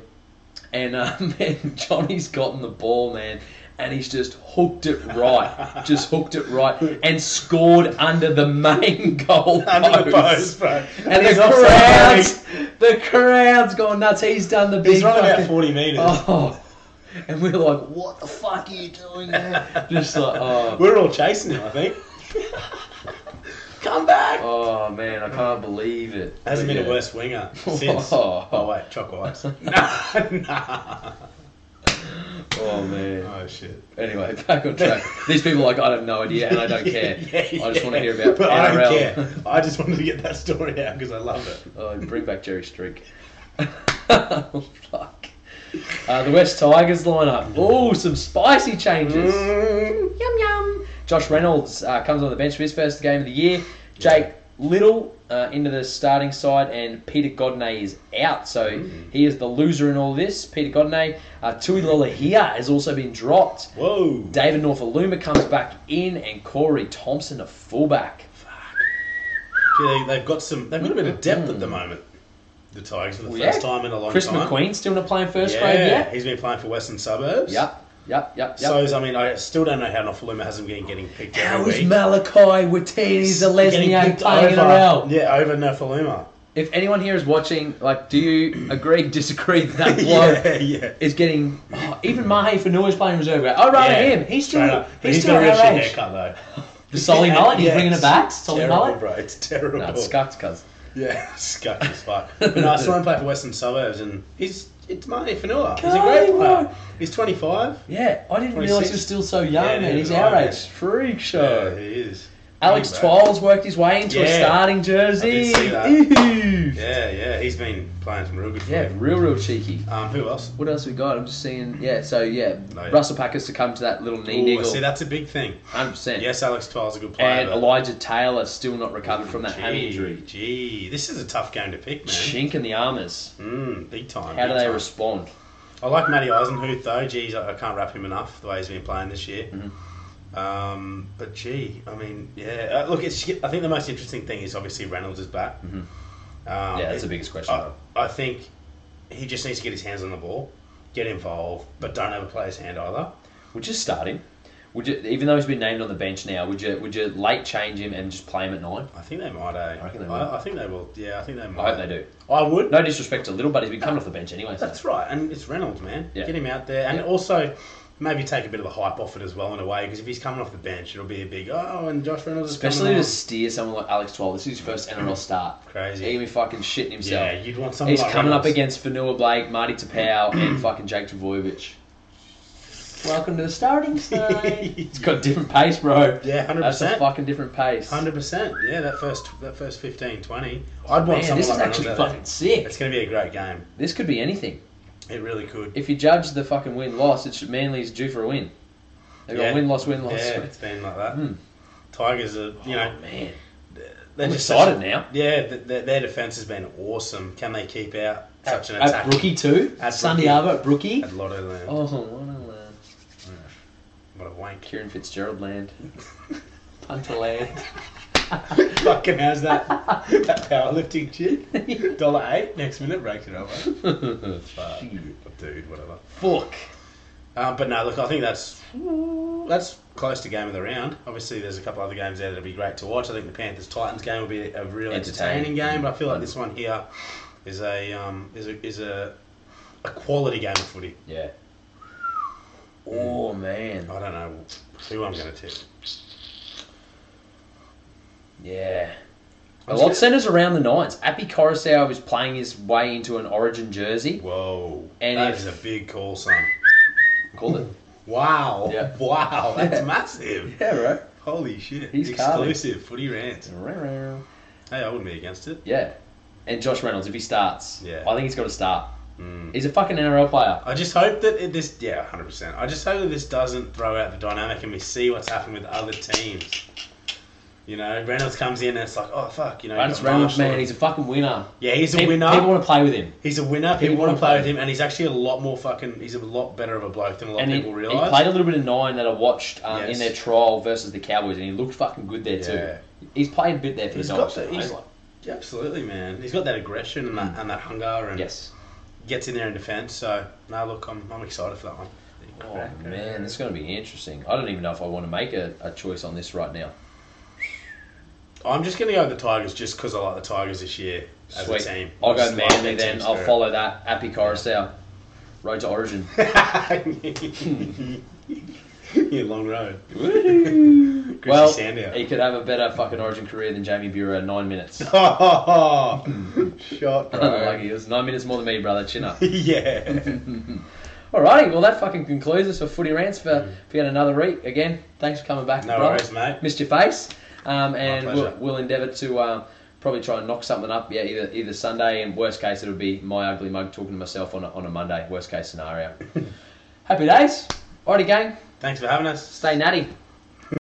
and um, man, Johnny's gotten the ball, man, and he's just hooked it right, just hooked it right, and scored under the main goal
under the
post.
post, bro.
And the
he's offside.
crowds, the crowd's gone nuts. He's done the big.
He's run
fucking-
about forty meters.
Oh, and we're like, what the fuck are you doing there? just like, oh,
We were all chasing him, I think. Come back.
oh man, I can't believe it.
Hasn't
But
been
yeah.
a worse winger since.
Oh.
Oh wait, Choco Ice. nah, nah.
Oh man.
Oh shit.
Anyway, back on track. These people are like I have no idea and I don't care. I just want to hear about
But I
NRL.
don't care. I just wanted to get that story out because I love it.
Oh, bring back Jerry Streak. oh, fuck. Uh, the West Tigers lineup. Oh, some spicy changes.
Mm.
Yum yum. Josh Reynolds uh, comes on the bench for his first game of the year. Jake Little uh, into the starting side, and Peter Godney is out, so
Mm.
he is the loser in all this. Peter Godney, uh, Tui Lolahia has also been dropped.
Whoa.
David Norfoluma comes back in, and Corey Thompson, a fullback.
Gee, they, have got some. They've got a bit of depth at the moment. The Tigers for the
Mm. Well,
first
yeah.
time in a long
Chris
time.
McQueen still not playing first
yeah,
grade yet.
he's been playing for Western Suburbs.
Yep, yep, yep, yep.
So I mean, I still don't know how Nofaluma hasn't been getting picked
How
every
is
week.
Malachi Watese the
Getting
Lesney
picked
playing
over-
NRL?
Yeah, over Nofaluma.
If anyone here is watching, like, do you agree, disagree that that bloke
yeah, yeah.
is getting oh, even Mahe Fanua is playing reserve grade? Oh, right,
Yeah,
him. He's still
straight up. But
he's,
he's
still
got a real
our
shit
age.
haircut though.
The Solly mullet, he's
Yeah,
bringing it
it's
back. Solly
terrible,
mullet.
bro. It's terrible.
No, it's scuffed, cuz.
Yeah, scuffed as fuck. But no, I saw him play for Western Suburbs, and he's it's Marty Fanilla. He's a great player. He's 25.
Yeah, I didn't
26.
realise he was still so young,
Yeah,
man.
neither
He's
did I,
our
man.
age. Freak
Yeah,
show.
he is.
Alex
Big, bro.
Twiles worked his way into a
Yeah.
starting jersey.
I did see that.
Ew.
Yeah, yeah, he's been playing some real good for
Yeah,
him.
real, real cheeky.
Um, who else?
What else we got? I'm just seeing. Yeah, so yeah,
No, yeah.
Russell Packers succumbed to that little knee
Ooh,
niggle.
see, that's a big thing.
100%.
Yes, Alex Twile's a good player.
and
but-
Elijah Taylor still not recovered from that
Gee,
ham injury.
Gee, this is a tough game to pick, man.
Chink in the armors.
Mm, big time.
How do
big
they
time.
respond?
I like Matty Eisenhuth though. Geez, I I can't wrap him enough the way he's been playing this year.
Mm-hmm.
Um, but gee, I mean, yeah. Uh, look, it's. I think the most interesting thing is obviously Reynolds is back. Um,
Mm-hmm. Yeah, that's the biggest question.
I,
though.
I think he just needs to get his hands on the ball, get involved, but don't overplay his hand either.
Would you start him? Would you, even though he's been named on the bench now, would you would you late change him and just play him at nine?
I think they might. Eh? I,
reckon they will.
I, think they will. Yeah, I think they might.
I hope they do.
I would.
No disrespect to Little, but he's been coming off the bench anyway. So.
That's right, and it's Reynolds, man.
Yeah.
Get him out there, and
Yeah.
also maybe take a bit of the hype off it as well in a way, because if he's coming off the bench, it'll be a big oh, and Josh Reynolds, is coming
Especially to
on."
steer someone like Alex Twelve. This is his first NRL start.
Crazy.
He gonna be fucking shitting himself.
yeah, you'd want someone.
He's
like
coming up
Reynolds.
against Fanua Blake, Marty Tapau, and fucking Jake Travojevic. Welcome to the starting side. It's got a different pace, bro.
Yeah, hundred
That's a
percent.
fucking different pace.
Hundred percent. Yeah, that first that first 15, 20. I'd want
Oh, Man,
someone
this
like
is actually
Reynolds out there.
fucking sick.
It's going to be a great game.
This could be anything.
It really could.
If you judge the fucking win loss, it's Manly's due for a win. They got
Yeah.
win loss, win loss. Hmm.
Yeah, it's been like that. Tigers are, you know,
oh, man,
they're
I'm
just
excited
such-
now.
Yeah, th- th- their defense has been awesome. Can they keep out such an
At
attack?
Brookie too.
At
Sunday
Brookie.
Arbor at Brookie.
At Lotto Land.
Oh, what a land.
What a wank.
Kieran Fitzgerald land. Punter land.
Fucking how's that that powerlifting chick? Dollar eight next minute breaks it up. eh? Fuck. Dude, whatever.
Fuck.
Um, but no, look, I think that's that's close to game of the round. Obviously, there's a couple other games there that'll be great to watch. I think the Panthers Titans game will be a real entertaining,
Entertaining. Mm.
game, but I feel like this one here is a um, is a is a, a quality game of footy.
Yeah. Oh man.
I don't know who I'm going to tip.
Yeah. A
I'm
lot
scared.
centers around the nines. Appy Coruscant is playing his way into an Origin jersey.
Whoa,
And
that
if-
is a big call, son.
Called it.
Wow,
Yeah.
wow, that's
Yeah.
massive.
yeah, right.
Holy shit!
He's carving.
Exclusive footy rant. Hey, I wouldn't be against it.
Yeah. And Josh Reynolds, if he starts,
Yeah.
I think he's got to start.
Mm.
He's a fucking NRL player.
I just hope that it, this, yeah, hundred percent. I just hope that this doesn't throw out the dynamic, and we see what's happened with other teams. You know, Reynolds comes in and it's like, oh fuck, you know,
Reynolds,
you've got
Reynolds,
Marshall.
man, he's a fucking winner.
yeah, he's a
People-
winner.
People want to play with him.
he's a winner. People,
people
want
wanna
to play
play
with him, and he's actually a lot more fucking. He's a lot better of a bloke than a lot
And
of
he,
people
he
realize.
played a little bit of nine that I watched um, in
Yes.
their trial versus the Cowboys, and he looked fucking good there
Yeah.
too. He's played a bit there for
He's
the
got
Dogs.
the-
though,
he's-
like-
Yeah, absolutely, man. He's got that aggression and that, and that hunger, and
Mm. yes.
gets in there in defence. So, no, look, I'm, I'm excited for that one.
Oh man, it's going to be interesting. I don't even know if I want to make a, a choice on this right now.
I'm just going to go with the Tigers just because I like the Tigers this year as
Sweet.
a team.
I'll go
Just like
Manly
their
then.
team
I'll
spirit.
follow that. Appy Coruscant. Road to Origin.
yeah, long road.
Woohoo.
Chrissy
well,
Sandow.
he could have a better fucking Origin career than Jamie Bure. Nine minutes.
Shot,
Lucky, it was nine minutes more than me, brother. Chin up.
yeah.
Alrighty, well that fucking concludes us for Footy Rants for, for yet another week. Again, thanks for coming back,
No
brother.
worries, mate.
Missed your face, um, and we'll,
pleasure.
we'll endeavour to um, probably try and knock something up. Yeah, either either Sunday, and worst case it'll be my ugly mug talking to myself on a, on a Monday. Worst case scenario. Happy days. Alrighty, gang.
Thanks for having us.
Stay natty.